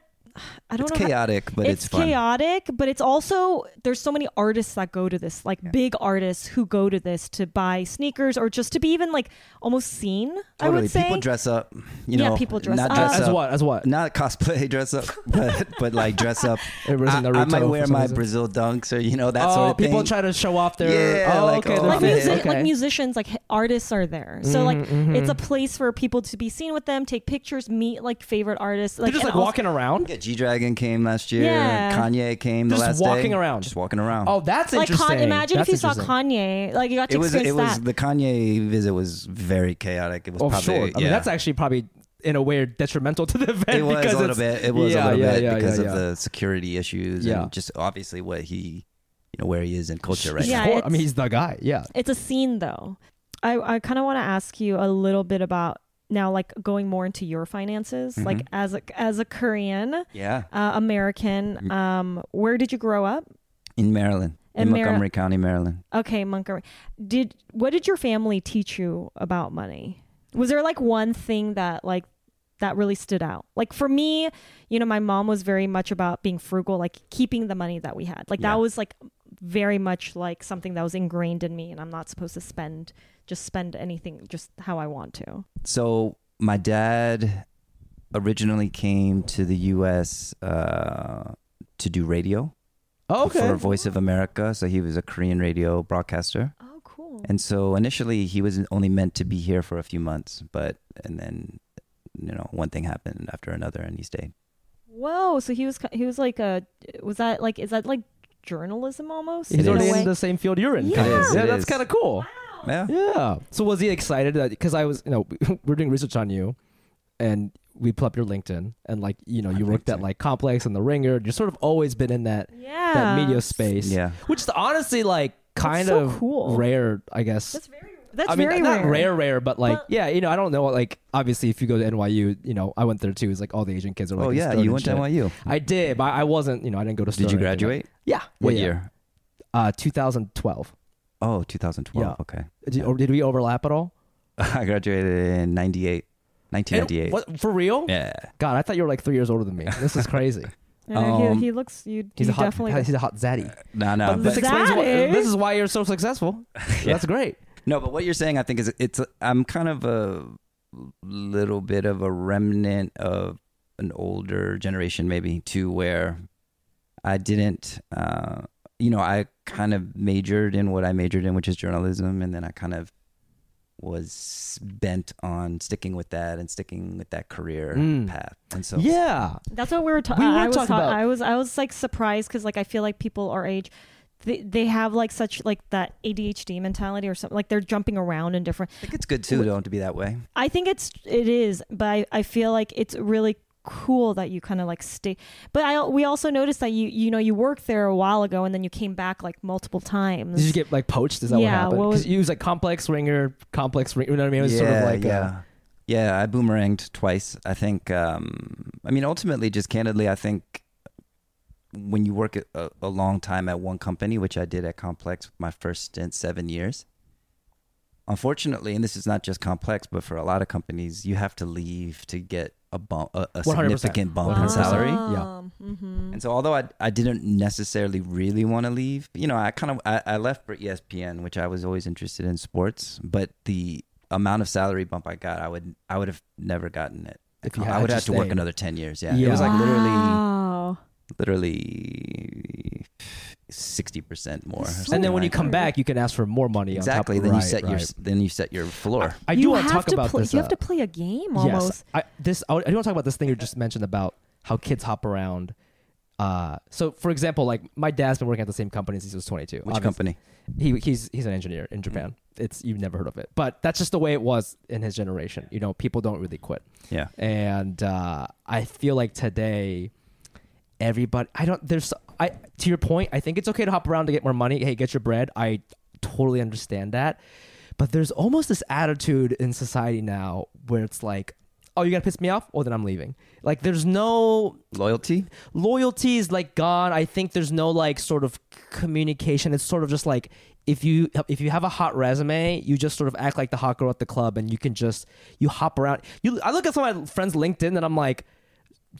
I don't It's know how- chaotic, but it's, fun. chaotic, but it's also there's so many artists that go to this, like big artists who go to this to buy sneakers or just to be even like almost seen. I Totally. would say people dress up. You Yeah, know, people dress not up. dress as up. what as what. not cosplay dress up, but but like dress up. I, Everybody's in I might Naruto wear for some my reason. Brazil dunks or you know that oh, sort of thing. people try to show off their. Yeah, oh, like, okay, oh, their like, fit. music, okay. like musicians, like h- artists are there. Mm-hmm, So like it's a place for people to be seen with them, take pictures, meet like favorite artists. They're just and like also- walking around. yeah, G Dragon came last year. Yeah. Kanye came Just the last walking day. around. Just walking around. Oh, that's Like interesting. Con- imagine That's if you saw interesting. Kanye, like you got to it was experience it was that. the Kanye visit was very chaotic. It was Oh, probably sure. I yeah. mean, that's actually probably in a way detrimental to the event it was because a little it's, bit. It was yeah, a little yeah, bit yeah, because yeah, of yeah. the security issues Yeah. and just obviously what he, you know, where he is in culture right Yeah, Sure. I it's- mean, he's the guy. Yeah. it's a scene though. I, I kind of want to ask you a little bit about now, like going more into your finances, like as a as a Korean uh, now. Yeah, American. Um, where did you grow up? in Maryland, in, In Mar- Montgomery County, Maryland. Okay, Montgomery. Did what did your family teach you about money? Was there like one thing that like that really stood out? Like for me, you know, my mom was very much about being frugal, like keeping the money that we had. Like Yeah. that was like very much like something that was ingrained in me and I'm not supposed to spend just spend anything just how I want to. So my dad originally came to the U.S. Uh, to do radio Okay. for Voice of America. So he was a Korean radio broadcaster, Oh, cool. and so initially he was only meant to be here for a few months, but and then you know one thing happened after another, and he stayed. Whoa, so he was ki- he was like a was that like is that like journalism almost? He's It already is. in the same field you're in. It kinda. is, Yeah, it that's is. kind of cool. Yeah. Yeah. So was he excited that because I was, you know, we're doing research on you, and we pull up your LinkedIn, and like you know, you worked at like Complex and The Ringer. and You've sort of always been in that yeah. that media space. Yeah. Which is honestly like kind so of cool. rare, I guess. That's very that's I mean, very not rare. rare, rare, but like, But- yeah, you know, I don't know. Like, obviously, if you go to NYU, you know, I went there too. It's like all the Asian kids are like, oh yeah, stoned you and went to shit. NYU. I did, but I wasn't. You know, I didn't go to. Did Stern you or anything like- graduate? Yeah. What yeah, yeah. year? Uh, 2012. Oh, 2012. Yeah. Okay. Did, or did we overlap at all? I graduated in 98, And 1998. What, for real? Yeah. God, I thought you were like three years older than me. This is crazy. I know, he- Um, he, looks. You, He's you a hot. definitely. He's a hot zaddy. No, no. this But, Zaddy? explains why. This is why you're so successful. That's great. no, but what you're saying, I think, is it's. I'm kind of a little bit of a remnant of an older generation, maybe, to where I didn't. Uh, you know, I kind of majored in what I majored in, which is journalism, and then I kind of was bent on sticking with that and sticking with that career path. And so Yeah. That's what we were, ta- We were I was talking about- I was I was like surprised because like I feel like people our age, they, they have like such like that ADHD mentality or something. Like they're jumping around in different. I think it's good too, though, to be that way. I think it's it is, but I, I feel like it's really cool that you kind of like stay. But I we also noticed that you you know you worked there a while ago and then you came back like multiple times. Did you get like poached? Is that what Yeah, happened? what 'Cause was- you was like complex ringer, complex ringer. You know what I mean? It was sort of like yeah. uh, yeah, I boomeranged twice. I think. Um, I mean, ultimately, just candidly, I think when you work a- a, a long time at one company, which I did at Complex, my first stint, seven years. Unfortunately, and this is not just Complex, but for a lot of companies, you have to leave to get a bump, a, a 100%. significant bump in 100%. salary. Yeah. Mm-hmm. And so, although I, I didn't necessarily really want to leave, you know, I kind of I, I left for E ESPN, which I was always interested in sports. But the amount of salary bump I got, I would I would have never gotten it. If you I would had have to just work stayed. another ten years. Yeah, Yeah. it was like literally Wow. literally sixty percent more. or And something then when you like that. come back, you can ask for more money. exactly, On top. then right, you set your right. then you set your floor. I do you want have to talk about play, this. You have uh, to play a game almost. Yes. I, this I, I do want to talk about this thing you just mentioned about how kids hop around. Uh, so for example, like my dad's been working at the same company since he was 22. Which Obviously, company? Mm-hmm. He he's he's an engineer in Japan. It's you've never heard of it, but that's just the way it was in his generation. You know, people don't really quit. Yeah. And uh, I feel like today, everybody, I don't. There's I to your point. I think it's okay to hop around to get more money. Hey, get your bread. I totally understand that. But there's almost this attitude in society now where it's like, oh, you're gonna piss me off? Well, then I'm leaving. Like, there's no Loyalty. loyalty is like gone. I think there's no like sort of communication. It's sort of just like if you if you have a hot resume, you just sort of act like the hot girl at the club, and you can just you hop around. You I look at some of my friends' LinkedIn, and I'm like.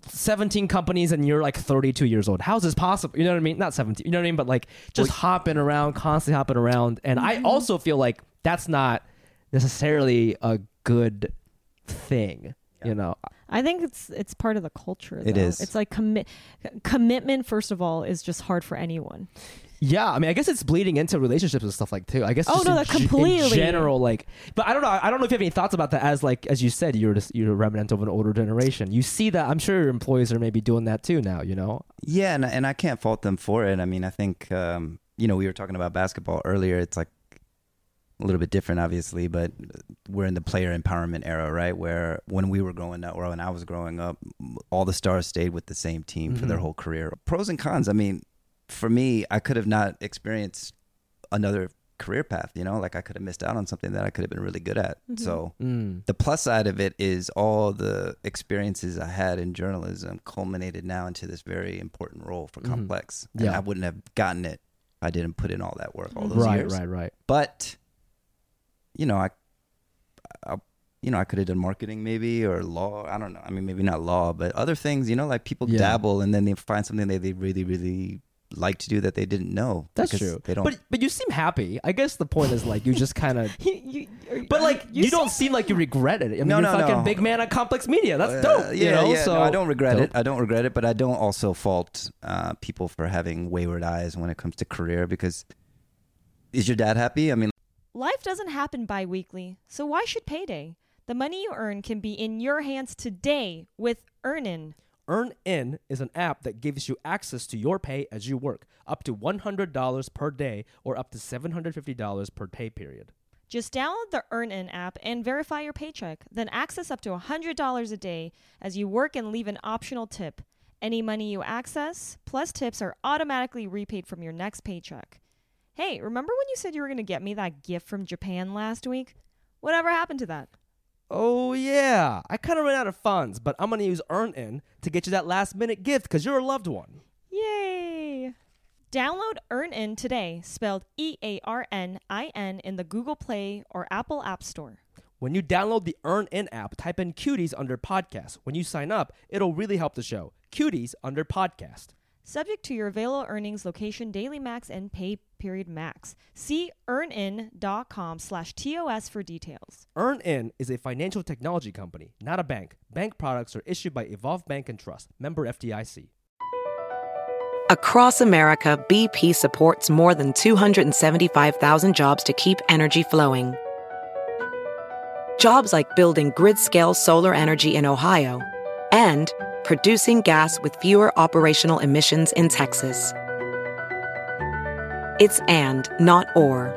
17 companies and you're like 32 years old. How's this possible? You know what I mean? Not 17. You know what I mean? But like just hopping around, constantly hopping around. And I also feel like that's not necessarily a good thing. You know, I think it's it's part of the culture. It though. is. It's like commit commitment. First of all, is just hard for anyone. Yeah, I mean, I guess it's bleeding into relationships and stuff like too. I guess. Oh, just no, in that ge- in completely. general, like, but I don't know. I don't know if you have any thoughts about that. As like, as you said, you're just you're a remnant of an older generation. You see that. I'm sure your employees are maybe doing that too now. You know. Yeah, and and I can't fault them for it. I mean, I think um, you know we were talking about basketball earlier. It's like a little bit different, obviously, but we're in the player empowerment era, right? Where when we were growing up, or when I was growing up, all the stars stayed with the same team for their Mhm. whole career. Pros and cons. I mean, for me, I could have not experienced another career path. You know, like I could have missed out on something that I could have been really good at. Mhm. So Mm. the plus side of it is all the experiences I had in journalism culminated now into this very important role for Mhm. Complex. And Yeah. I wouldn't have gotten it if I didn't put in all that work all those Right, years. right, right. But you know, I, I you know, I could have done marketing maybe or law. I don't know. I mean, maybe not law, but other things, you know, like people Yeah. dabble and then they find something that they really really like to do that they didn't know. That's because true. They don't But but you seem happy. I guess the point is like you just kind of. You- you- are- But like you, seem- don't seem like you regret it. I mean, No, you're no, fucking no. big man at Complex Media. That's Uh, dope. yeah, you know? yeah. So no, I don't regret Dope. it. I don't regret it, but I don't also fault uh, people for having wayward eyes when it comes to career because is your dad happy? I mean, Life doesn't happen bi weekly, so why should payday? The money you earn can be in your hands today with Earnin. EarnIn is an app that gives you access to your pay as you work, up to $100 per day or up to $750 per pay period. Just download the EarnIn app and verify your paycheck, then access up to $100 a day as you work and leave an optional tip. Any money you access plus tips are automatically repaid from your next paycheck. Hey, remember when you said you were going to get me that gift from Japan last week? Whatever happened to that? Oh yeah, I kind of ran out of funds, but I'm going to use EarnIn to get you that last minute gift cuz you're a loved one. Yay! Download EarnIn today, spelled E A R N I N, in the Google Play or Apple App Store. When you download the EarnIn app, type in cuties under podcast. When you sign up, it'll really help the show. Cuties under podcast. Subject to your available earnings, location, daily max, and pay period max. See earnin.com slash TOS for details. EarnIn is a financial technology company, not a bank. Bank products are issued by Evolve Bank and Trust, member FDIC. Across America, BP supports more than 275,000 jobs to keep energy flowing. jobs like building grid-scale solar energy in Ohio and producing gas with fewer operational emissions in Texas. It's and, not or.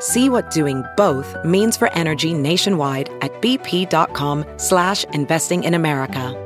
See what doing both means for energy nationwide at bp.com slash investing in America.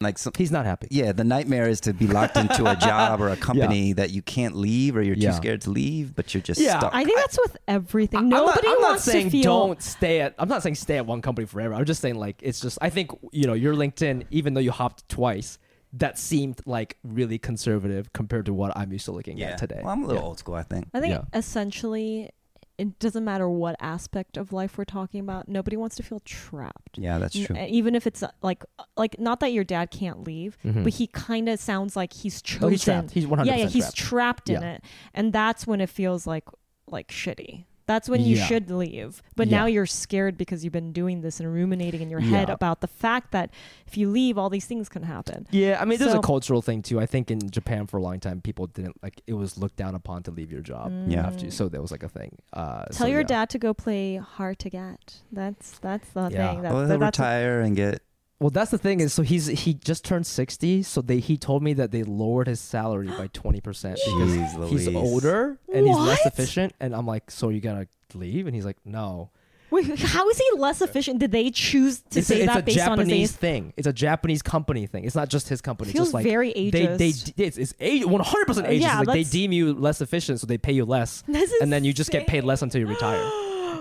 Like some, He's not happy. yeah, the nightmare is to be locked into a job or a company that you can't leave or you're Yeah. too scared to leave, but you're just Yeah. stuck. I think that's with everything. I'm not- Nobody I'm not, wants saying to feel. don't stay at. I'm not saying stay at one company forever. I'm just saying like it's just. I think you know your LinkedIn, even though you hopped twice, that seemed like really conservative compared to what I'm used to looking yeah. at today. Well, I'm a little Yeah. old school, I think. I think Yeah. essentially, it doesn't matter what aspect of life we're talking about. Nobody wants to feel trapped. Yeah, that's N- true. eh, uh, Even if it's uh, like, like not that your dad can't leave, but he kind of sounds like he's chosen. No, Mm-hmm. Oh, he's Hmm. trapped. He's 100% yeah, yeah, he's trapped. trapped in Yeah. it, and that's when it feels like like shitty. That's when you Yeah. should leave. But Yeah. now you're scared because you've been doing this and ruminating in your head Yeah. about the fact that if you leave, all these things can happen. Yeah, I mean, there's a So- cultural thing too. I think in Japan for a long time, people didn't like it was looked down upon to leave your job. Yeah. after Uh, you, so that was like a thing. Uh, Mm. Tell so, your yeah. dad to go play hard to get. That's that's the Yeah. thing. That, Well, that- he'll that's retire and get Well, that's the thing is, so he's he just turned sixty, so they he told me that they lowered his salary by twenty percent because Jeez he's Louise. older and he's less What? efficient. And I'm like, so you gotta leave? And he's like, no. Wait, how is he less efficient? Did they choose to it's say a, it's that a based on his Japanese age? thing. It's a Japanese company thing. It's not just his company. It's Feels just like very They they ageist. it's, it's age one hundred percent Uh, ageist. yeah, It's like they that's- deem you less efficient, so they pay you less, This and then you just get paid insane. less until you retire.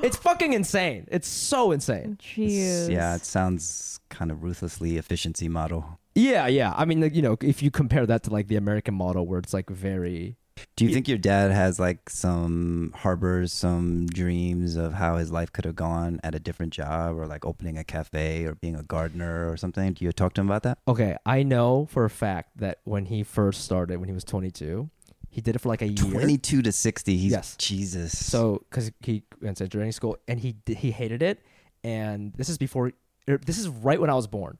it's fucking insane. It's so insane. Mm. Jeez. Yeah, it sounds kind of ruthlessly efficiency model. Yeah, yeah. I mean, like, you know, if you compare that to like the American model where it's like very Do you think your dad has like some harbors, some dreams of how his life could have gone at a different job or like opening a cafe or being a gardener or something? Do you talk to him about that? Okay, I know for a fact that when he first started, when he was 22, he did it for like a year. 22 to 60. He's Yes. Jesus. So, because he went to engineering school and he did- he hated it, and this is before, er, this is right when I was born,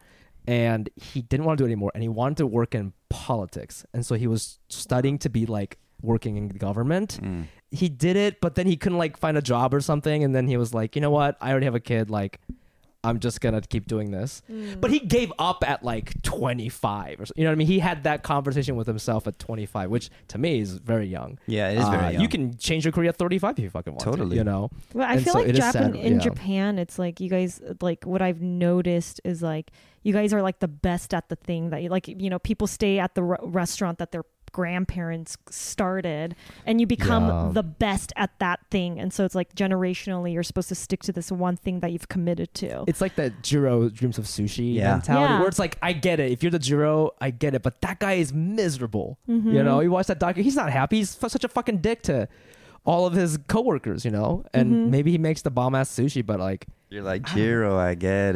and he didn't want to do it anymore, and he wanted to work in politics, and so he was studying to be like working in government. Mm. He did it, but then he couldn't like find a job or something, and then he was like, you know what? I already have a kid. Like, I'm just gonna keep doing this. Hmm. But he gave up at like 25 or so. You know what I mean? He had that conversation with himself at 25, which to me is very young. Yeah, it is very uh, You young. can change your career at 35 if you fucking want to. Totally. You know? Well, I And feel so like it is Japan, sad, in yeah. Japan, it's like you guys like what I've noticed is like you guys are like the best at the thing that you like. You know, people stay at the re- restaurant that their grandparents started, and you become Yeah. the best at that thing. And so it's like generationally, you're supposed to stick to this one thing that you've committed to. It's like that Jiro dreams of sushi Yeah. mentality Yeah. where it's like, I get it. If you're the Jiro, I get it. But that guy is miserable. You know, you watch that doc, he's not happy. He's f- such a fucking dick to all of his coworkers, you know? And maybe he makes the bomb ass sushi, but like, You're like, Jiro, I get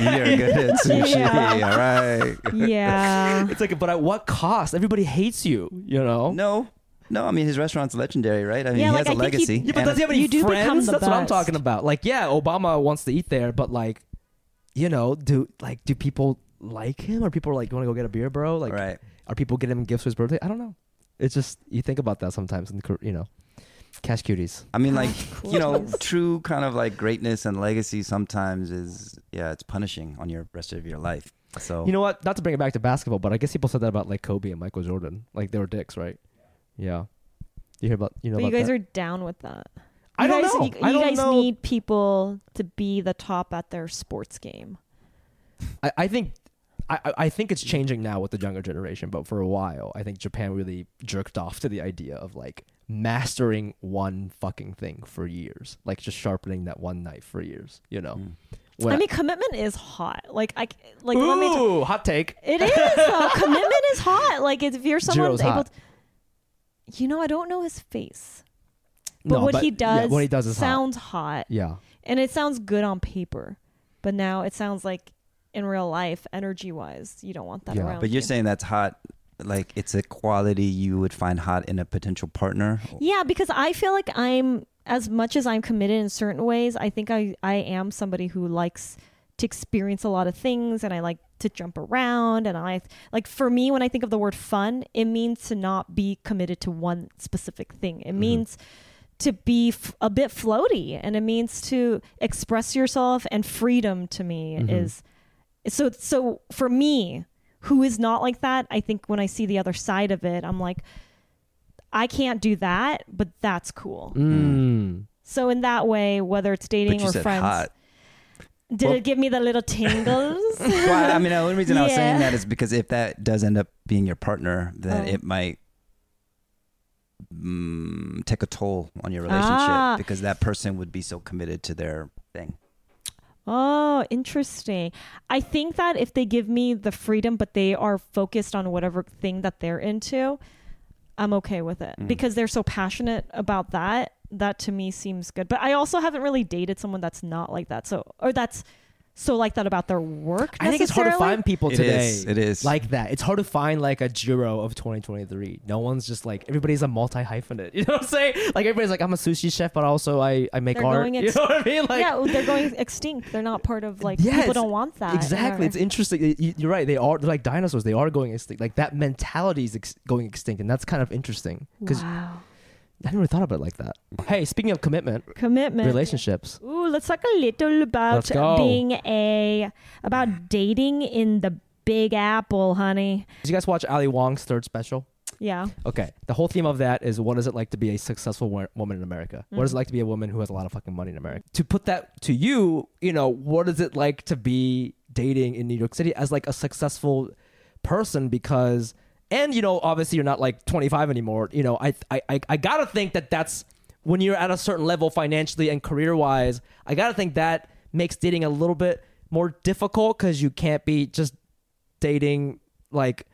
You're good at sushi. All right. yeah. it's like, but at what cost? Everybody hates you, you know? No, no. I mean, his restaurant's legendary, right? I mean, Yeah, he like, has a I think he- legacy. Oh. Yeah, but and does he have any You do become friends? the That's what I'm best. talking about. Like, yeah, Obama wants to eat there, but like, you know, do like do people like him? Are people like, you want to go get a beer, bro? Like, Right. are people getting him gifts for his birthday? I don't know. It's just you think about that sometimes, in the, cur- you know, cash cuties. I mean, like you know, Cool. true kind of like greatness and legacy sometimes is yeah, it's punishing on your rest of your life. Oh. So You know what? Not to bring it back to basketball, but I guess people said that about like Kobe and Michael Jordan. Like they were dicks, right? Yeah. You hear about you know But you about guys that? are down with that. I don't guys, know. You, I you don't guys know. need people to be the top at their sports game. I, I think I, I- I think it's changing now with the younger generation, but for a while, I think Japan really jerked off to the idea of like mastering one fucking thing for years, like just sharpening that one knife for years. You know, Mm. When- I mean, commitment is hot. Like I c- like ooh, let me. T- hot take. it is though. commitment is hot. Like if you're someone Jiro's able, hot. to, you know, I don't know his face, but what he yeah, does, what he does is hot. sounds hot. Yeah, and it sounds good on paper, but now it sounds like in real life, energy wise, you don't want that Yeah. around. but you're you. saying that's hot, like it's a quality you would find hot in a potential partner. Yeah, because I feel like I'm as much as I'm committed in certain ways, I think I I am somebody who likes to experience a lot of things and I like to jump around and I like for me when I think of the word fun, it means to not be committed to one specific thing. It means to be f- a bit floaty and it means to express yourself and freedom to me is so so for me who is not like that i think when i see the other side of it i'm like i can't do that but that's cool Mm. so in that way whether it's dating But you or said friends hot. did Well- it give me the little tingles Well, I mean, the only reason I was saying Yeah. that is because if that does end up being your partner, then Oh. it might mm, take a toll on your relationship Ah. because that person would be so committed to their thing. Oh, interesting. I think that if they give me the freedom, but they are focused on whatever thing that they're into, I'm okay with it Mm. because they're so passionate about that. That to me seems good. But I also haven't really dated someone that's not like that. So, or that's so like that about their work. I think it's hard to necessarily. find people It today. is, it is. like that. It's hard to find like a Jiro of 2023. No one's just like everybody's a multi hyphenate. You know what I'm saying? Like everybody's like I'm a sushi chef, but also I I make They're art. going you ex- know what I mean? Like yeah, they're going extinct. They're not part of like Yeah, people it's- don't want that. Exactly. or- It's interesting. You- You're right. They are they're like dinosaurs. They are going extinct. Like that mentality is ex- going extinct, and that's kind of interesting because wow. I never thought about it like that. Hey, speaking of commitment, Commitment. relationships. Ooh, let's talk a little about Let's go. being a about dating in the Big Apple, honey. Did you guys watch Ali Wong's third special? Yeah. Okay. The whole theme of that is what is it like to be a successful wo- woman in America? What Mm-hmm. is it like to be a woman who has a lot of fucking money in America? To put that to you, you know, what is it like to be dating in New York City as like a successful person because and you know, obviously you're not like 25 anymore. You know, I I I, I got to think that that's when you're at a certain level financially and career-wise, I got to think that makes dating a little bit more difficult cuz you can't be just dating like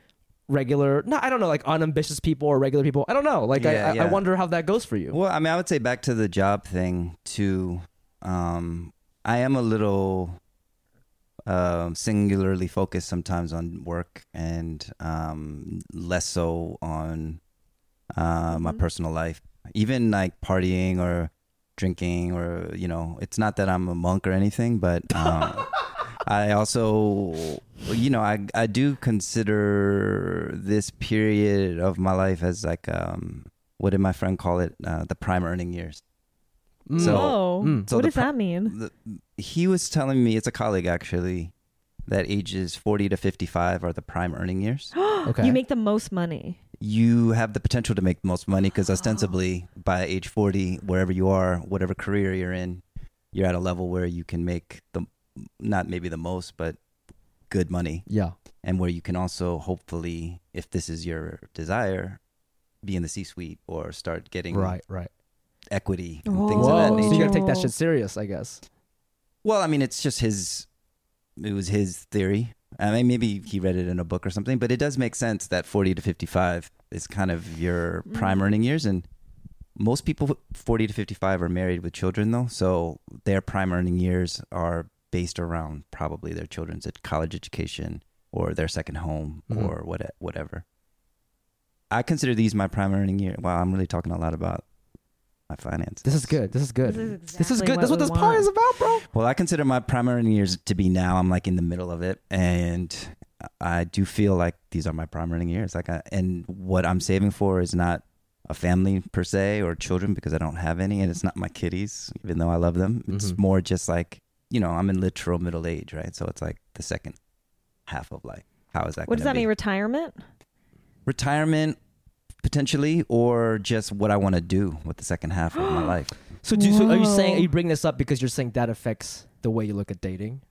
regular no i don't know like unambitious people or regular people i don't know like I- Yeah, I, I, yeah. wonder how that goes for you Well, I mean, I would say back to the job thing too. Um, I am a little um, singularly focused sometimes on work and um, less so on uh, my personal life. Even like partying or drinking or you know, it's not that I'm a monk or anything, but um, I also, you know, I I do consider this period of my life as like um, what did my friend call it? Uh, the prime earning years. Mm. So- Whoa. Mm. So what the does pro- that mean? The, he was telling me it's a colleague actually that ages 40 to 55 are the prime earning years. okay You make the most money. you have the potential to make the most money because ostensibly by age 40 wherever you are whatever career you're in you're at a level where you can make the not maybe the most but good money yeah and where you can also hopefully if this is your desire be in the c-suite or start getting right right equity and things of that Whoa. so you nature gotta take that shit serious i guess well i mean it's just his it was his theory i mean maybe he read it in a book or something but it does make sense that 40 to 55 is kind of your Mm. prime earning years and most people 40 to 55 are married with children though so their prime earning years are based around probably their children's ed- college education or their second home Mhm. or what whatever i consider these my prime earning year wow i'm really talking a lot about my finances this is good this is good This is exactly good that's what what this we part is want. about bro Well, I consider my primary years to be now. I'm like in the middle of it, and I do feel like these are my primary years. Like, I, and what I'm saving for is not a family per se or children because I don't have any, and it's not my kiddies, even though I love them. It's Mhm. more just like you know, I'm in literal middle age, right? So it's like the second half of life. How is that? What does gonna that be? mean? Retirement? Retirement potentially, or just what I want to do with the second half of my life. so, do, so are you saying Whoa. are you bringing this up because you're saying that affects the way you look at dating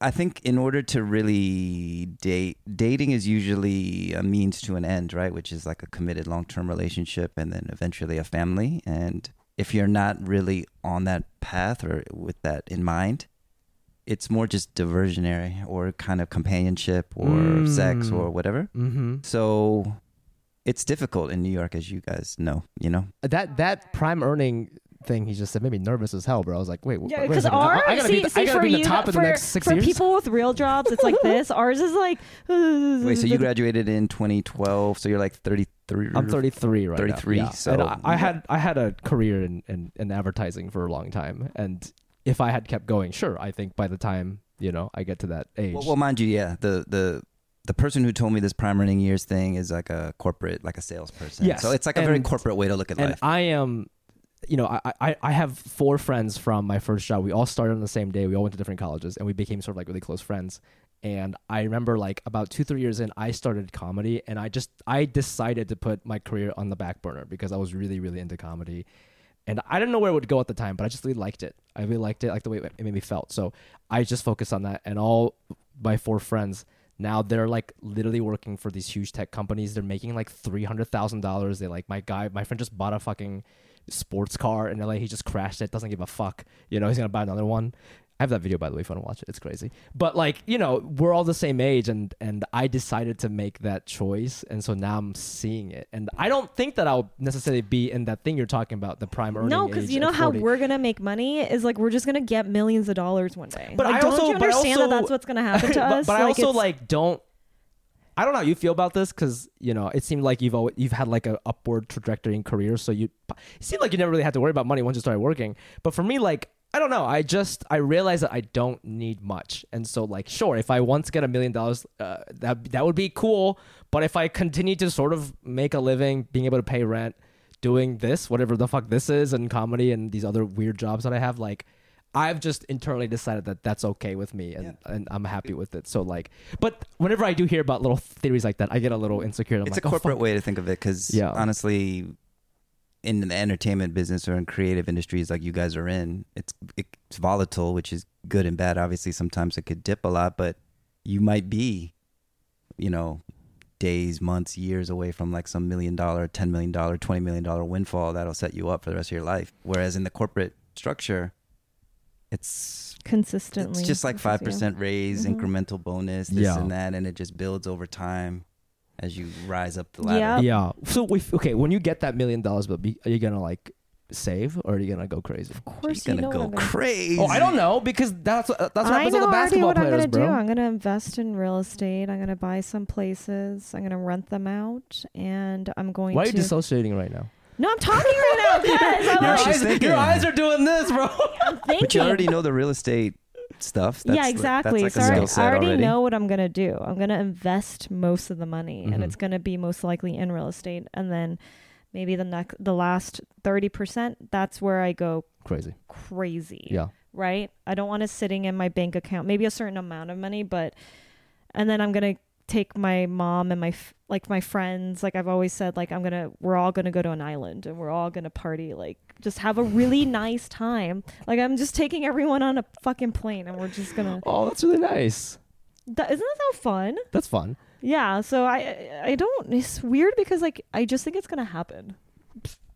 I think in order to really date, dating is usually a means to an end, right? Which is like a committed long term relationship and then eventually a family. And if you're not really on that path or with that in mind, it's more just diversionary or kind of companionship or Mm. sex or whatever. mm-hmm So it's difficult in New York, as you guys know, you know? that that prime earning thing he just said made me nervous as hell bro i was like wait wait Yeah, wait a because second. ours, I, I gotta see, be, the- see I gotta for be the you, top for, in the next six for years people with real jobs, it's like this. Ours is like. Wait, so you graduated in 2012, so you're like 33. I'm 33 right 33, now. Yeah. so- And I, I had I had a career in, in, in advertising for a long time, and if I had kept going, sure, I think by the time you know I get to that age, Well, well, mind you, yeah, the the the person who told me this prime running years thing is like a corporate, like a salesperson. Yes. So it's like a very And- corporate way to look at and life. I am, you know, I, I I have four friends from my first job. We all started on the same day. We all went to different colleges, and we became sort of like really close friends. And I remember like about two three years in, I started comedy, and I just I decided to put my career on the back burner because I was really really into comedy. And I didn't know where it would go at the time, but I just really liked it. I really liked it, like the way it made me felt. So I just focused on that. And all my four friends now they're like literally working for these huge tech companies. They're making like three hundred thousand dollars. They like my guy, my friend just bought a fucking sports car in LA. He just crashed it. Doesn't give a fuck. You know, he's gonna buy another one. I have that video by the way if you want to watch it. It's crazy. But like you know, we're all the same age, and and I decided to make that choice, and so now I'm seeing it. And I don't think that I'll necessarily be in that thing you're talking about, the prime earning. No, because age you at know how 40. we're gonna make money is like we're just gonna get millions of dollars one day. But like, I don't also you but I understand also- that that's what's gonna happen to but, us? But I also it's- like don't. I don't know how you feel about this because you know it seemed like you've always, you've had like a upward trajectory in career, so you it seemed like you never really had to worry about money once you started working. But for me, like I don't know, I just I realized that I don't need much, and so like sure, if I once get a million dollars, uh, that that would be cool. But if I continue to sort of make a living, being able to pay rent, doing this, whatever the fuck this is, and comedy and these other weird jobs that I have, like I've just internally decided that that's okay with me and, and I'm happy with it. So like, but whenever I do hear about little theories like that, I get a little insecure. and I'm it's like, a "Oh, corporate fuck." way to think of it because Yeah. honestly, in the entertainment business or in creative industries like you guys are in, it's it's volatile, which is good and bad. Obviously, sometimes it could dip a lot, but you might be, you know, days, months, years away from like some million dollar, ten million dollar, twenty million dollar windfall that'll set you up for the rest of your life. Whereas in the corporate structure, it's consistently. it's just like This is you. Mm-hmm. five percent raise, incremental bonus, this Yeah. and that, and it just builds over time as you rise up the Yeah. ladder. Yeah. So we okay. When you get that million dollars, but be, are you gonna like save or are you gonna go crazy? Of course, You're you gonna know what go I'm crazy. Oh, I don't know because that's uh, that's what I happens know to all the already basketball what I'm players, gonna bro. do. I'm gonna invest in real estate. I'm gonna buy some places. I'm gonna rent them out, and I'm going Why are to. you dissociating right now? no, I'm talking right now, guys. I'm your, Now like, she's eyes, thinking. your eyes are doing this, bro. I'm But you thinking. already know the real estate stuff. That's yeah, like- exactly. that's like a Sorry, skill set I already, already. know what I'm gonna do. I'm gonna invest most of the money, Mm-hmm. and it's gonna be most likely in real estate, and then maybe the next, the last thirty percent. That's where I go crazy. crazy. Yeah. Right. I don't want it sitting in my bank account. Maybe a certain amount of money, but and then I'm gonna take my mom and my f- like my friends. Like I've always said, like I'm gonna we're all gonna go to an island and we're all gonna party. Like just have a really nice time. Like I'm just taking everyone on a fucking plane and we're just gonna. Oh, that's really nice. That, isn't that so fun? That's fun. Yeah. So I I- I don't. It's weird because like I just think it's gonna happen.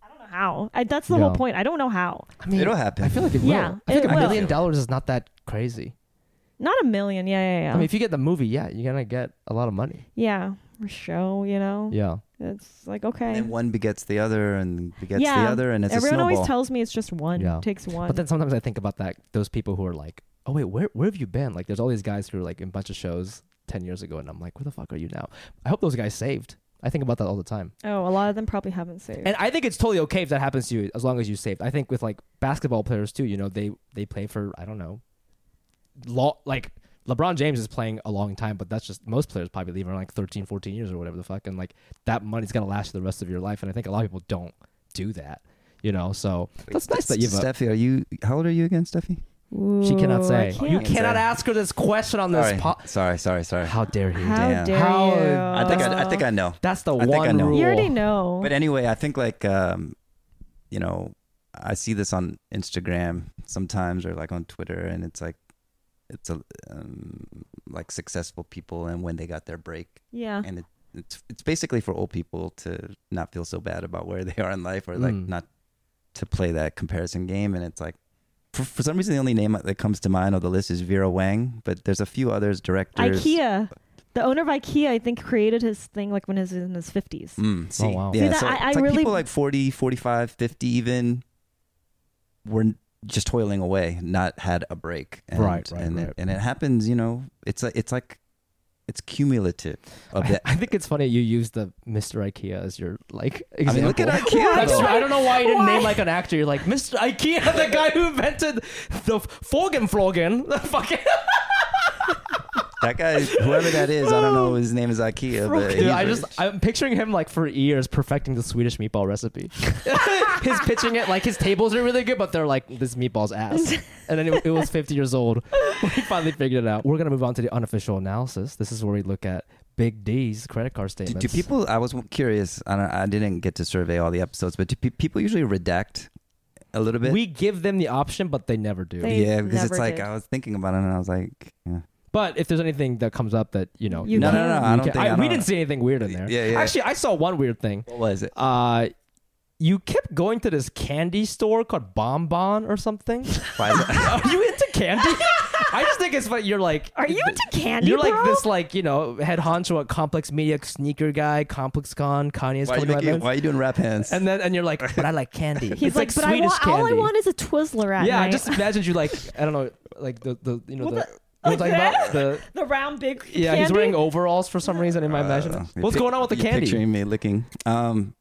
I don't know how. I, that's the Yeah. whole point. I don't know how. I mean, It'll happen. I feel like it Yeah, will. I think it a will. million dollars is not that crazy. Not a million. Yeah, yeah, yeah. I mean, if you get the movie, yeah, you're gonna get a lot of money. yeah. Or show. You know. Yeah. It's like And okay. then one begets the other, and begets Yeah. the other, and it's Everyone a always snowball. tells me it's just one. Yeah. Takes one. But then sometimes I think about that those people who are like, oh wait, where where have you been? Like, there's all these guys who are like in a bunch of shows ten years ago, and I'm like, where the fuck are you now? I hope those guys saved. I think about that all the time, oh, a lot of them probably haven't saved. and I think it's totally okay if that happens to you as long as you saved. I think with like basketball players too, you know, they they play for I don't know, law like. LeBron James is playing a long time, but that's just most players probably leave around like 13, 14 years or whatever the fuck. And like that money's going to last you the rest of your life. And I think a lot of people don't do that, you know? So that's nice that you've. Steffi, are you? How old are you again, Steffi? She cannot Ooh, I say. can't- You can't cannot say. ask her this question on this Sorry, podcast. sorry, sorry, sorry. How dare he? How Damn. dare How- you? Oh, I think I, I think I know. That's the I think I one know. rule. You already know. But anyway, I think like um, you know, I see this on Instagram sometimes or like on Twitter, and it's like it's a um, like successful people and when they got their break, yeah. and it, it's it's basically for old people to not feel so bad about where they are in life or like Mm. not to play that comparison game, and it's like. For, for some reason, the only name that comes to mind on the list is Vera Wang, but there's a few others. Directors, IKEA. The owner of IKEA, I think, created his thing like when he was in his fifties. Mm, see, Oh, wow. yeah, See, that- so I- I it's like really- people like 40, 45, 50 even were n- just toiling away, not had a break. And, Right, right, and right. It, and it happens, you know, it's like, it's like, it's cumulative of I, that. I think it's funny you use the Mr. IKEA as your like I example. mean, look at I IKEA. don't- though. I don't know why you didn't Why? name like an actor. You're like Mr. IKEA, the guy who invented the Fogen Flogen. The fucking That guy, whoever that is, I don't know. His name is IKEA, but Oh. Dude, he's I just rich. I'm picturing him like for years perfecting the Swedish meatball recipe. his pitching it like his tables are really good, but they're like this meatball's ass. And then it, it was 50 years old. We finally figured it out. We're gonna move on to the unofficial analysis. This is where we look at Big D's credit card Do, statements. do people? I was curious. I, don't, I didn't get to survey all the episodes, but do pe- people usually redact a little bit? we give them the option, but they never do. They- yeah, because never it's like did. I was thinking about it, and I was like, yeah. but if there's anything that comes up that you know, You no, want- no, no, I you don't can- think I, we don't- didn't see anything weird in there. Yeah, yeah. Actually, I saw one weird thing. What was it? Uh, you kept going to this candy store called Bon Bon or something. Why is it- Are you into candy? I just think it's funny. You're like, Are you into candy, You're like bro? this, like you know, head honcho at Complex Media sneaker guy, Complex Con, Kanye's why, are you Kobe making- Bryant. why are you doing rap hands? and then and you're like, but I like candy. it's He's like, like, but I Swedish want, candy. all I want is a Twizzler at yeah, I night." just imagined you like I don't know, like the the you know What the, the- you know what I'm like talking that? about the the round big. yeah candy? he's wearing overalls for some reason in my imagination. Uh, You're What's pic- going on with the you're candy? Picturing me licking. Um,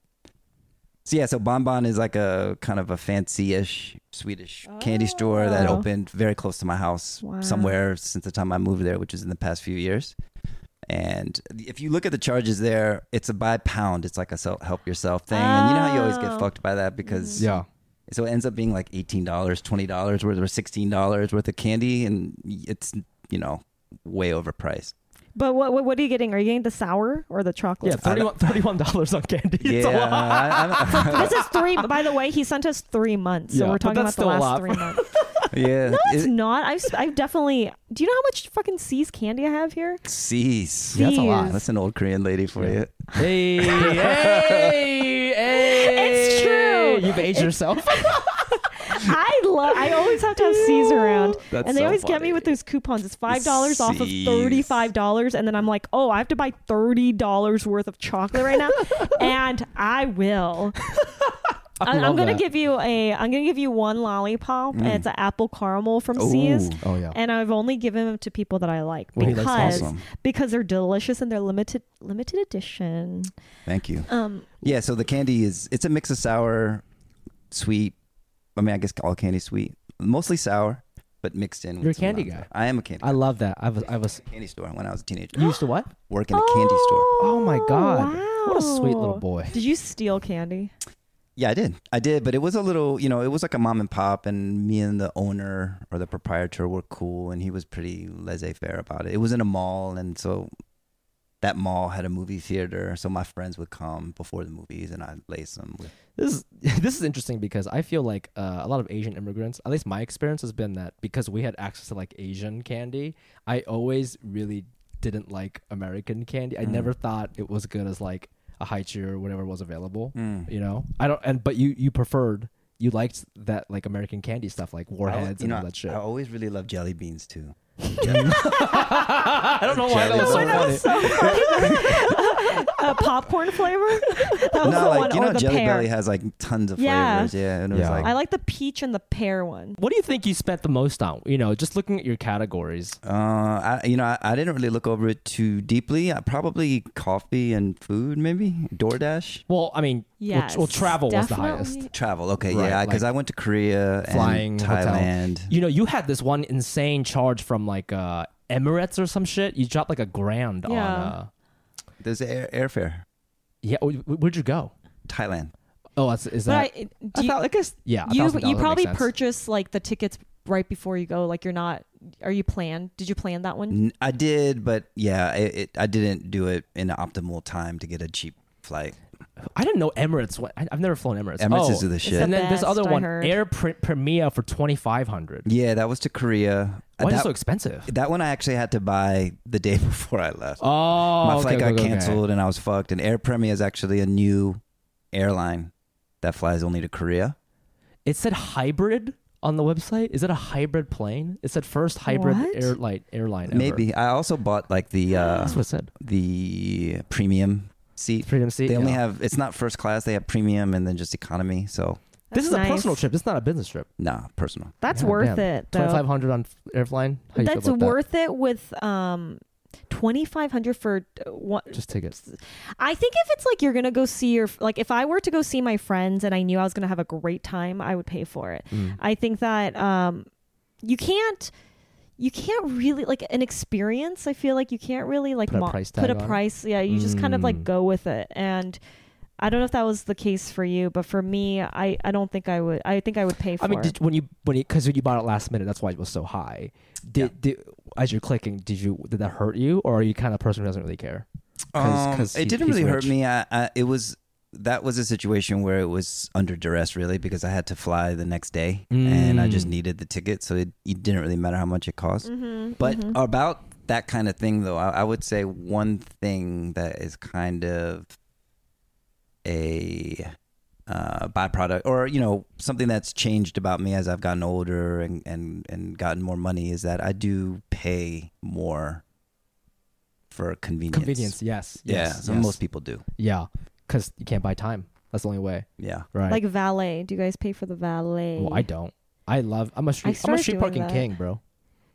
so yeah, so Bonbon is like a kind of a fancy-ish Swedish candy store that Oh. opened very close to my house Wow. somewhere since the time I moved there, which is in the past few years. And if you look at the charges there, it's a by pound. It's like a self- help yourself thing, and you know how you always Oh. Mm. get fucked by that because Yeah, so it ends up being like eighteen dollars, twenty dollars worth, or sixteen dollars worth of candy, and it's you know way overpriced. But what, what what are you getting? Are you getting the sour or the chocolate? yeah, thirty-one dollars on candy. It's Yeah, a lot. I- I'm- this is three. By the way, he sent us three months, so Yeah, we're but talking about that's the still a last lot. three months. yeah. No, it's It- not. I've, s- I've definitely. Do you know how much fucking C's candy I have here? Cease. That's a lot. Cease. That's an old Korean lady for you. Hey, hey, hey. It's true. You've aged yourself. I love. I always have to have C's around, That's and they so always get me funny. with those coupons. It's five dollars off of C's. thirty-five dollars, and then I'm like, oh, I have to buy thirty dollars worth of chocolate right now, and I will. I am love gonna that. Mm. give you a. I'm gonna give you one lollipop, and it's an apple caramel from C's. Ooh. Oh yeah. And I've only given them to people that I like Well, he likes because awesome. because they're delicious and they're limited limited edition. Thank you. Um, Yeah, so the candy is it's a mix of sour, sweet. I mean, I guess all candy sweet. Mostly sour, but mixed in with You're a some candy lime. guy. I am a candy I love that. I was, I was. candy store when I was a teenager. You used to what? Work in a candy store. Oh my God. Wow. What a sweet little boy. Oh. Did you steal candy? Yeah, I did. I did, but it was a little, you know, it was like a mom and pop and me and the owner or the proprietor were cool and he was pretty laissez-faire about it. It was in a mall and so that mall had a movie theater, so my friends would come before the movies and I'd lace them with This is this is interesting because I feel like uh, a lot of Asian immigrants, at least my experience has been that because we had access to like Asian candy, I always really didn't like American candy. I Mm. never thought it was good as like a high cheer or whatever was available. Mm. You know, I don't. And but you you preferred you liked that like American candy stuff like I al- warheads you and know, all that shit. I always really love jelly beans too. I don't know why that was so Jelly funny. A popcorn flavor? That was no, the like one you know, or the Jelly pear. Belly has like tons of Yeah. flavors. Yeah, and it was Yeah. like I like the peach and the pear one. What do you think you spent the most on? You know, just looking at your categories. uh, I, you know, I, I didn't really look over it too deeply. I, probably coffee and food, maybe DoorDash. Well, I mean, yeah, Yes. well, travel was the definitely. highest. Travel, okay, Right, yeah, because like I went to Korea, Flying, and hotel. Thailand. You know, you had this one insane charge from like uh, Emirates or some shit. You dropped like a grand on. Yeah. Uh, There's air, airfare, yeah, wh- wh- where'd you go? Thailand. Oh, is, is But I, that? I do you, thought- I guess yeah. you, $1,000 you makes probably sense. purchase like the tickets right before you go. Like you're not. Are you planned? Did you plan that one? N- I did, but yeah, it, it, I didn't do it in the optimal time to get a cheap flight. I didn't know Emirates. What, I, I've never flown Emirates. Emirates oh. is the shit. And then this best, other I one, heard. Air Pr- Premier for twenty five hundred. Yeah, that was to Korea. Why is that, it so expensive? that one I actually had to buy the day before I left. Oh, my okay, flight got okay, okay. canceled and I was fucked. And Air Premier is actually a new airline that flies only to Korea. It said hybrid on the website. Is it a hybrid plane? It said first hybrid What? air, like, airline. ever. Maybe I also bought like the uh, that's what it said. the premium seat. Freedom seat. They only yeah. have it's not first class. They have premium and then just economy. So This That's is nice. a personal trip. This is not a business trip. nah, personal. That's Yeah, worth damn. it. Though. Twenty five hundred on f- airline. How you feel That's about that? worth it with um, twenty five hundred for uh, one. Just take it. I think if it's like you're gonna go see your like if I were to go see my friends and I knew I was gonna have a Mm. great time, I would pay for it. I think that um, you can't you can't really like an experience. I feel like you can't really like Put a mo- price put tag a on it. price. Yeah, you just kind of like Mm. go with it. And I don't know if that was the case for you, but for me, I I don't think I would. I think I would pay for. I mean, it. did, when you when you because you bought it last minute, that's why it was so high. Did, did as you're clicking, did you did that hurt you, or are you kind of person who doesn't really care? 'Cause- Um, 'cause it he- didn't he's really hurt rich. me. I, I, it was that was a situation where it was under duress, really, because I had to fly the next day and I just Mm. needed the ticket, so it, it didn't really matter how much it cost. Mhm, But Mm-hmm. mhm. about that kind of thing, though, I, I would say one thing that is kind of a uh, byproduct, or you know, something that's changed about me as I've gotten older and and and gotten more money is that I do pay more for convenience. Convenience, yes, Yeah, yes, so yes. most people do. yeah, because you can't buy time. That's the only way, Yeah. right? like valet. Do you guys pay for the valet? well, I don't. I love. I'm a street. I'm a started street doing parking that. king, bro.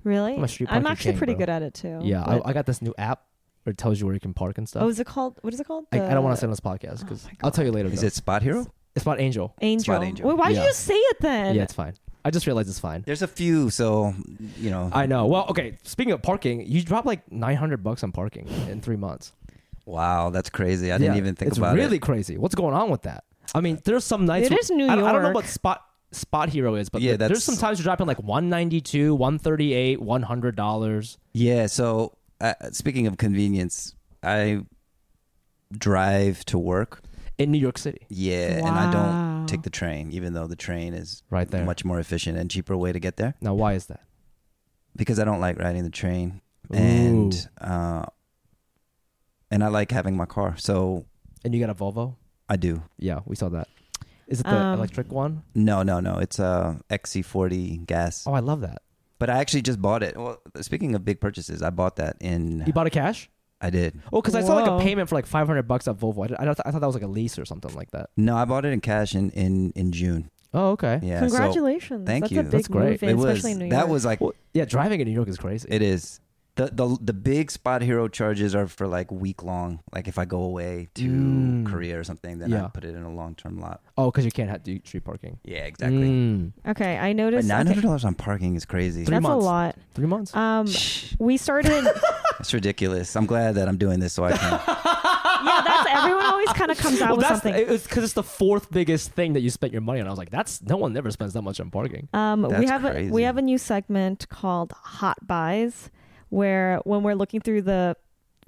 really. I'm a street I'm parking actually king, pretty bro. good at it too. yeah, but- I, I got this new app where it tells you where you can park and stuff. oh, is it called? What is it called? I, I don't want to The- say on this podcast Oh because my I'll tell you later. Is though. it Spot Hero? It's about Angel. Angel. Spot Angel. Wait, why did Yeah. you just say it then? yeah, it's fine. I just realized it's fine. There's a few, so you know. I know. Well, okay. Speaking of parking, you dropped like 900 bucks on parking in three months. wow, that's crazy. I didn't Yeah, even think it's about really it. crazy. What's going on with that? I mean, there's some nights. It where- is New I, I don't know York. what spot spot hero is, but Yeah, yeah, there's that's- some times you're dropping like 192, 138, 100 dollars. Yeah. So uh, speaking of convenience, I drive to work. in New York City. Yeah, and I Wow. don't take the train, even though the train is Right there. much more efficient and cheaper way to get there. Now, why is that? Because I don't like riding the train, and uh, and I like having my car, so And you got a Volvo? I do. Yeah, we saw that. Is it the Um, electric one? No, no, no. It's a XC40 gas. Oh, I love that. But I actually just bought it. Well, speaking of big purchases, I bought that in. You bought it cash? I did. Oh, because I saw like a Whoa. payment for like 500 bucks at Volvo. I, did- I, thought- I thought that was like a lease or something like that. No, I bought it in cash in in in June. Oh, okay. Yeah. so Congratulations. thank That's you. A big That's great. move in, it was especially in New York. that was like Well, yeah, driving in New York is crazy. it is. The, the the big spot hero charges are for like week long. Like if I go away to Mm. Korea or something, then Yeah. I put it in a long term lot. oh, because you can't have do street parking. Yeah, exactly. Mm. okay. I But noticed. okay, nine hundred dollars on parking is crazy. Three That's months. a lot. Three months. Um, we started. That's ridiculous. I'm glad that I'm doing this so I can. yeah, that's everyone always kind of comes out well, with that's something. because it's, 'cause it's the fourth biggest thing that you spent your money on. I was like, that's no one never spends that much on parking. Um, we That's have a we crazy. have a new segment called Hot Buys, where when we're looking through the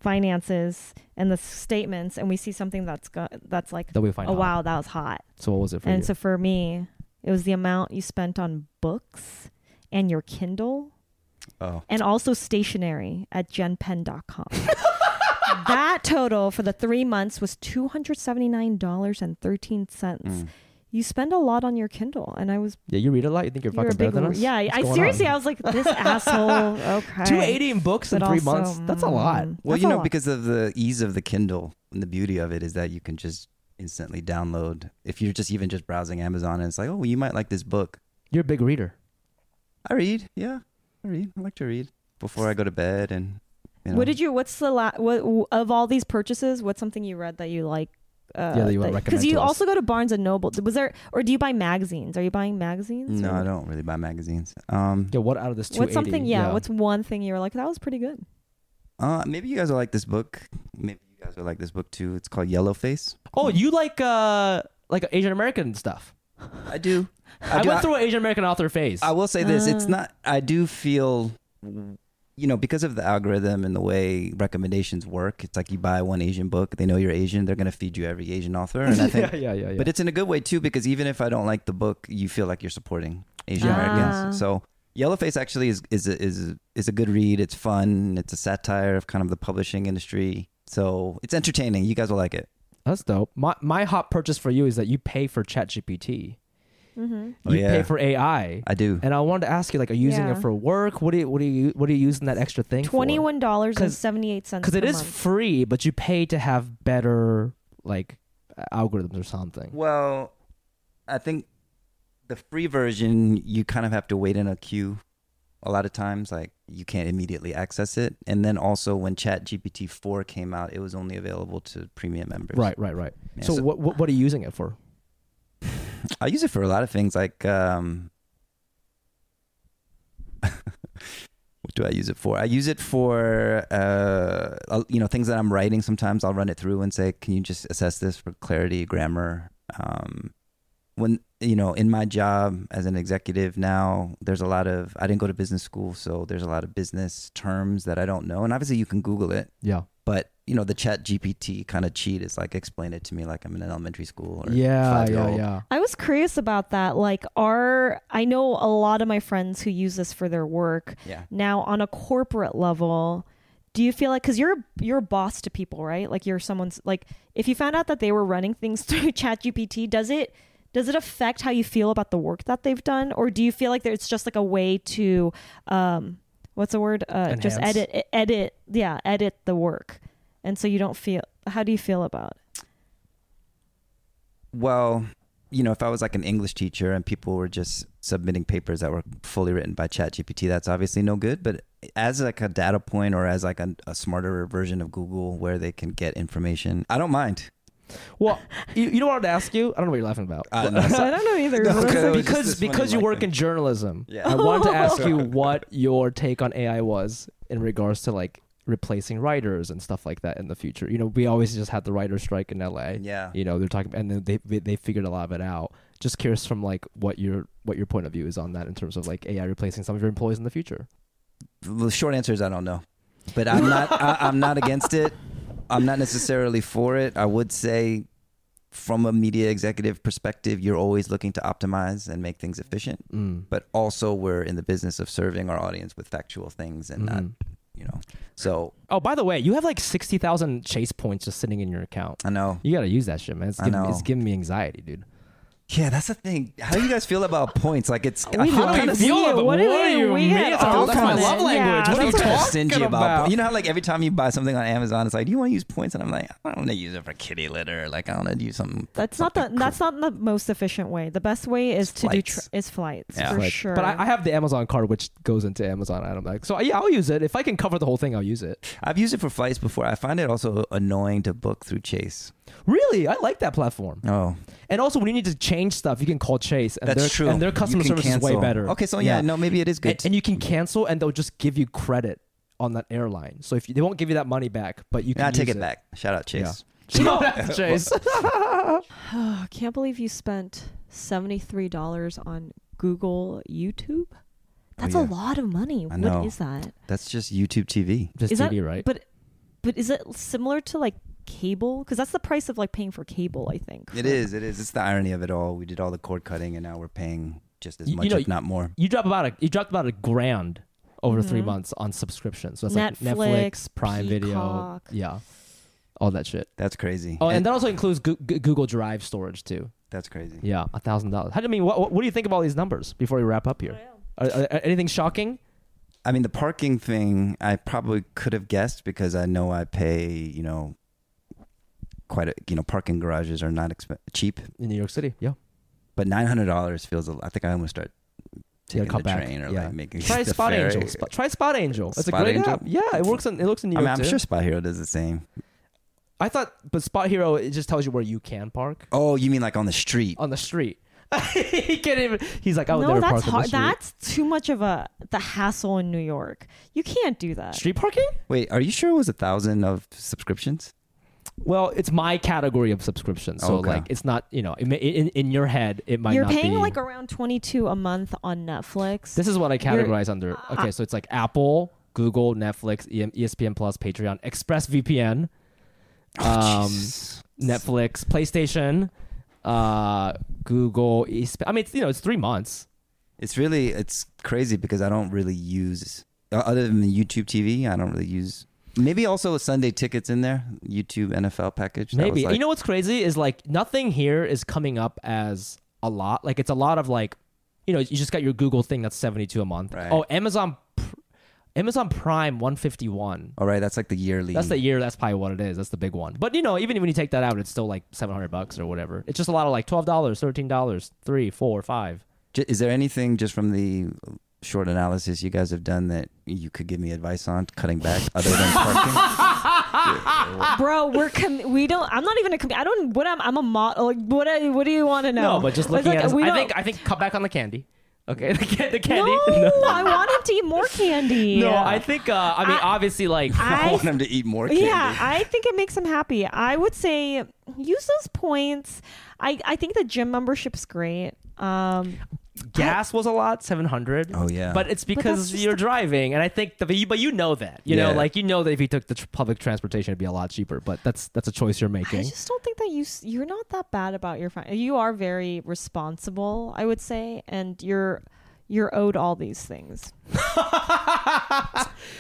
finances and the statements, and we see something that's go- that's like, That we find oh hot. wow, that was hot. So what was it for and you? so for me, it was the amount you spent on books and your Kindle, Oh, and also stationery at GenPen.com. that total for the three months was two hundred seventy nine dollars and thirteen cents. Mm. You spend a lot on your Kindle, and I was yeah, you read a lot. You think you're you're fucking a better big than r- us? Yeah, What's I going seriously, on? I was like, this asshole. Okay. 280 in books in But three also, months. That's a lot. mm, well, that's you a know, lot. because of the ease of the Kindle and the beauty of it is that you can just instantly download. If you're just even just browsing Amazon, and it's like, oh, you might like this book. You're a big reader. I read. Yeah, I read. I like to read before I go to bed. And you know, What did you? What's the la- what w- of all these purchases? What's something you read that you like? Uh, Yeah, that you would recommend Because you to us. also go to Barnes and Noble. Was there or do you buy magazines? Are you buying magazines? No, Or- I don't really buy magazines. Um, Yeah, what out of this 280? What's something? Yeah, What's one thing you were like that was pretty good? uh, maybe you guys will like this book. Maybe you guys will like this book too. It's called Yellow Face. Oh, you like uh like Asian American stuff. I do. Uh. I, do- went through an Asian American author phase. I will say this: it's not. I do feel, you know, because of the algorithm and the way recommendations work. It's like you buy one Asian book, they know you're Asian, they're gonna feed you every Asian author, and I think. yeah, yeah, yeah, yeah. But it's in a good way too, because even if I don't like the book, you feel like you're supporting Asian Ah. Americans. So Yellowface actually is is a, is a- is a good read. It's fun. It's a satire of kind of the publishing industry. So it's entertaining. You guys will like it. That's dope. My my hot purchase for you is that you pay for ChatGPT. Mm-hmm. Oh, you yeah. pay for AI. I do. And I wanted to ask you, like, are you using Yeah. it for work? What do you what do you what are you using that extra thing Twenty one dollars and Because- seventy eight cents. Because it is free, but you pay to have better like algorithms or something. Well, I think the free version you kind of have to wait in a queue a lot of times like you can't immediately access it and then also when chat gpt 4 came out it was only available to premium members Right, right, right. Yeah, so so- what, what what are you using it for? i use it for a lot of things like um what do I use it for? I use it for uh, I'll- you know things that I'm writing. Sometimes I'll run it through and say, "Can you just assess this for clarity, grammar?" Um, when you know, in my job as an executive now, there's a lot of I didn't go to business school, so there's a lot of business terms that I don't know, and obviously you can Google it, Yeah. but you know the Chat GPT kind of cheat is like explain it to me like I'm in an elementary school or Yeah. Yeah. five-year-old. Yeah. I was curious about that. Like, are I know a lot of my friends who use this for their work yeah. now on a corporate level. Do you feel like because you're you're a boss to people, right? Like you're someone's like if you found out that they were running things through ChatGPT, does it does it affect how you feel about the work that they've done, or do you feel like there, it's just like a way to um what's the word uh, just Enhance. edit edit yeah edit the work, and so you don't feel how do you feel about it? Well, you know, if I was like an English teacher and people were just submitting papers that were fully written by ChatGPT, that's obviously no good. But as like a data point or as like a, a smarter version of Google where they can get information, I don't mind. Well, you, you know what I'd ask you? I don't know what you're laughing about. Uh, no, I don't know either. No, What is okay. was just it? because this one because in you like work the- in journalism. Yeah. I wanted to ask you what your take on AI was in regards to like replacing writers and stuff like that in the future. You know, we always just had the writer strike in LA. Yeah. You know, they're talking and then they they- they figured a lot of it out. Just curious from like what your what your point of view is on that in terms of like AI replacing some of your employees in the future. The short answer is I don't know. But I'm not. I, I'm not against it. I'm not necessarily for it. I would say, from a media executive perspective, you're always looking to optimize and make things efficient. Mm. but also we're in the business of serving our audience with factual things and not Mhm. you know so Oh, by the way, you have like sixty thousand chase points just sitting in your account. i know You gotta use that shit, man. It's I giving, it's know. giving me anxiety, dude. yeah that's the thing how do you guys feel about points like it's I feel How do kinda you feel feel about- about what do they- we had It's all all that's my kinda- love language. yeah, what are you that's kinda talking stingy about, about? you know how like every time you buy something on amazon it's like do you want to use points and i'm like i want to use it for kitty litter like i want to use something That's not the that's not the most efficient way. The best way is to do tr Flights. is flights Yeah. for Like, sure. But I, I have the Amazon card, which goes into Amazon. I'm like, so yeah, I'll use it if I can cover the whole thing. I'll use it. i've used it for flights before i find it also annoying to book through chase Really, I like that platform. oh And also, when you need to change stuff, you can call Chase, and that's their, true And their You customer can service is way cancel. better. okay so yeah, no maybe it is good and, and you can cancel, and they'll just give you credit on that airline. So if you, they won't give you that money back, but you can i take use it back shout out chase Yeah. Shout out to Chase. I can't believe you spent $73 on Google YouTube. that's Oh, a yeah. lot of money. I What know. is that? that's just youtube tv Just Is that- TV, right? But but is it similar to like cable? Because that's the price of like paying for cable. I think It is. It is. It's the irony of it all. We did all the cord cutting, and now we're paying just as You- you much, know, if not more. you drop about a you dropped about a grand over three months on subscriptions. So that's like Mm-hmm. Netflix, Netflix, Prime Peacock. Video, yeah, all that shit. That's crazy. Oh, and And that also includes Goo- Goo- Google Drive storage too. that's crazy. Yeah, a thousand dollars. How do you mean? What, what what do you think about these numbers before we wrap up here? Are, are, are anything shocking? I mean, the parking thing, I probably could have guessed because I know I pay. You know, quite a you know parking garages are not exp- cheap, In New York City, yeah. but nine hundred dollars feels. A, I think I almost start You gotta taking cut the back. train or Yeah. like making Try the Spot ferry. Angel. Spot- try Spot Angel. That's a Spot great Angel? app. Yeah, it works. In, it looks in New I York mean, I'm too. sure Spot Hero does the same. I thought, but Spot Hero it just tells you where you can park Oh, you mean like on the street? on the street. he can't even. He's like, I would no, never that's park on the hard. street. That's too much of a the hassle in New York. You can't do that. street parking. Wait, are you sure it was a thousand of subscriptions? Well, it's my category of subscription, so Okay. like it's not you know it may, in in your head it might You're not paying be. like around twenty two a month on Netflix. this is what I categorize under. Okay, so it's like Apple, Google, Netflix, E EM, ESPN Plus, Patreon, ExpressVPN, um, Oh, Jesus. Netflix, PlayStation, uh, Google. E ESP- I mean, it's you know it's three months. It's really it's crazy because I don't really use uh, other than the YouTube TV. I don't really use maybe also Sunday tickets in there. YouTube NFL package. That was Maybe like- you know what's crazy is like nothing here is coming up as a lot. Like it's a lot of like, you know, you just got your Google thing that's seventy two a month. Right. Oh, Amazon, Pr- Amazon Prime one fifty one. All right, that's like the yearly. That's the year. That's probably what it is. That's the big one. But you know, even when you take that out, it's still like seven hundred bucks or whatever. It's just a lot of like twelve dollars, thirteen dollars, three, four, five. J- Is there anything just from the short analysis you guys have done that you could give me advice on cutting back other than parking? bro we're com- we don't i'm not even a com- i don't what i'm i'm a model like what I, what do you want to know No, but just It's looking like, at, it, we I don't- think I think cut back on the candy. Okay, the, ca- the No, candy. I wanted to eat more candy. No, I think. Uh, I mean, obviously, like I, I want him to eat more candy. Yeah, I think it makes them happy. I would say use those points. I, I think the gym membership's great. Um, gas was a lot, seven hundred. Oh, yeah. but it's because just you're driving, and I think the but you, but you know that you know Yeah. like you know that if you took the tr- public transportation, it'd be a lot cheaper. But that's that's a choice you're I making. just don't think that you s- you're not that bad about your fin- you are very responsible, I would say, and you're you're owed all these things.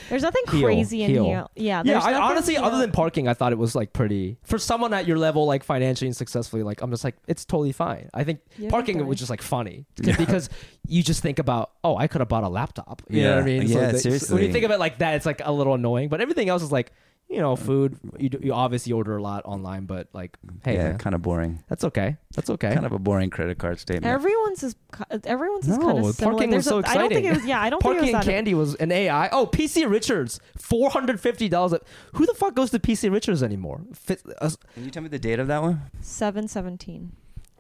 there's nothing Heal, crazy in heal. here. Yeah, yeah, there's I nothing honestly, here. other than parking, I thought it was like pretty for someone at your level, like financially and successfully. Like I'm just like it's totally fine. I think Yeah, parking totally. was just like funny 'Cause- because you just think about oh, I could have bought a laptop. You know what I Yeah. mean? So Yeah, that- so when you seriously. think of it like that, it's like a little annoying. But everything else is like you know, food. You, do, you obviously order a lot online, but like hey, yeah, man, kind of boring. that's okay. That's okay. Kind of a boring credit card statement. everyone's is ki- everyone's is No, kind of similar. parking was There's so a- I don't exciting. think it was. Yeah, I don't Parking think it was and that. Candy was an AI. Oh, PC Richards, four hundred fifty dollars. Who the fuck goes to PC Richards anymore? Fit, uh, Can you tell me the date of that one? Seven seventeen.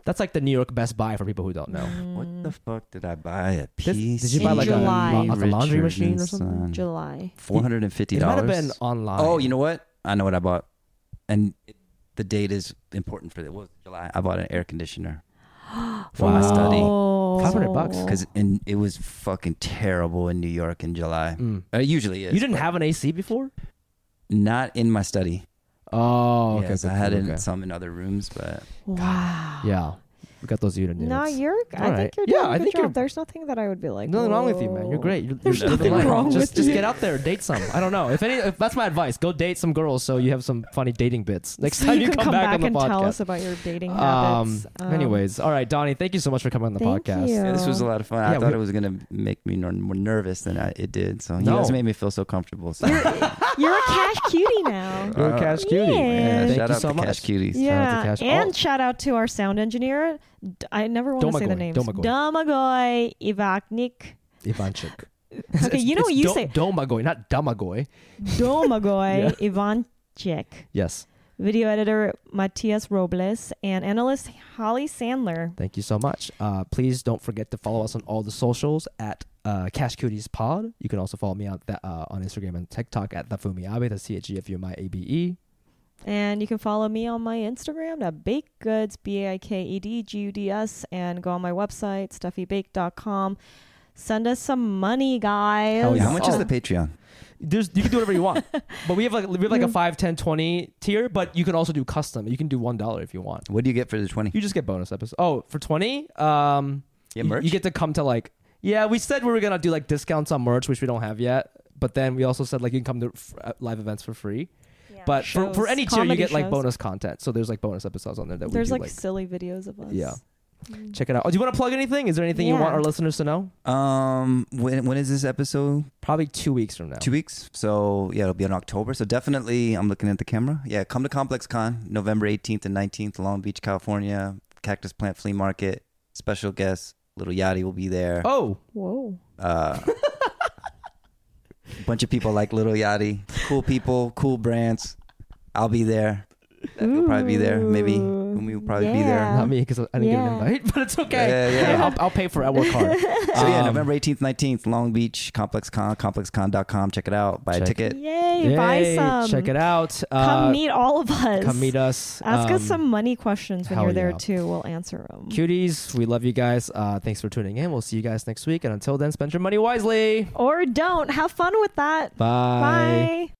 that's like the New York Best Buy for people who don't know. What Mm. the fuck did I buy a Mm. This- piece? did you buy, like, a- like a laundry machine or something? July. Four hundred and fifty It might have dollars. been online. Oh, you know what? I know what I bought, and it, the date is important for it. What was it, July? I bought an air conditioner for Wow. my study Oh, 500 bucks. because it was fucking terrible in New York in July. Mm. Uh, It usually is. You didn't have an AC before? not in my study. Oh, Yes, I had it in some in other rooms, but Wow. Yeah, we got those unit No, units. you're. I All right. think you're Yeah, doing a I good think job. you're- There's nothing that I would be like. Nothing wrong with you, man. You're "Whoa." great. You're, There's you're living nothing life. wrong just, with Just you. get out there, date some. I don't know. If any, if that's my advice. Go date some girls so you have some funny dating bits next So time you, can come, come back, on the and podcast. tell us about your dating habits. Um, anyways, all right, Donnie. Thank you so much for coming on the Thank podcast. you. yeah, this was a lot of fun. Yeah, I thought we- it was gonna make me nor- more nervous than I, it did. So No. you guys made me feel so comfortable. So you're a cash cutie now. You're a Uh, cash cutie. yeah. yeah, Thank shout you out so to much. Cash Cuties. Shout out Yeah, to Cash. and Oh. shout out to our sound engineer. D- I never want to say the Domagoy, names. Domagoy. Domagoy Ivaknik. Ivanchuk. Okay, you know what you say. Domagoy, not Domagoy. Domagoy Ivanchik. Yes. Video editor Matias Robles and analyst Holly Sandler. Thank you so much. Uh, please don't forget to follow us on all the socials at uh, Cash Cuties Pod. You can also follow me on that uh, on Instagram and TikTok at the Fumiabe. That's C H E F U M I A B E. And you can follow me on my Instagram at Baked Goods, B A I K E D G U D S, and go on my website, stuffybake.com. Send us some money, guys. Hell Yeah, Oh. how much is the Patreon? There's you can do whatever you want, but we have like we have like a 5, 10, 20 tier. But you can also do custom. You can do one dollar if you want. What do you get for the twenty? You just get bonus episodes. Oh, for twenty, um, Yeah, you- merch? You, get to come to like, yeah, we said we were gonna do like discounts on merch, which we don't have yet. But then we also said like you can come to f- uh, live events for free. But for, Shows. for any tier, you Comedy get like shows. bonus content. So there's like bonus episodes on there that There's we like, do, like, silly videos of us. Yeah. check it out. Oh, do you want to plug anything? Is there anything you want Yeah. our listeners to know? Um, when when is this episode? Probably two weeks from now. Two weeks. So yeah, it'll be in October. So definitely, I'm looking at the camera. Yeah, come to Complex Con November 18th and 19th, Long Beach, California. Cactus Plant Flea Market. Special guest Little Yachty will be there. Oh, Whoa. Uh, bunch of people like Little Yachty. Cool people, cool brands. I'll be there. You'll probably be there. Maybe Umi will probably be there. Yeah. not me because I didn't Yeah. get an invite, but it's okay. Yeah, yeah. Hey, I'll, I'll pay for it. I work hard. So yeah, Um, November 18th, 19th, Long Beach, Complex Con, complexcon.com. Check it out. Buy a Check- ticket. Yay, buy yay, some. Check it out. Come Uh, meet all of us. Come meet us. Ask us Um, some money questions when hell you're there yeah. too. We'll answer them. Cuties, we love you guys. Uh, thanks for tuning in. We'll see you guys next week. And until then, spend your money wisely. Or don't. Have fun with that. Bye. Bye.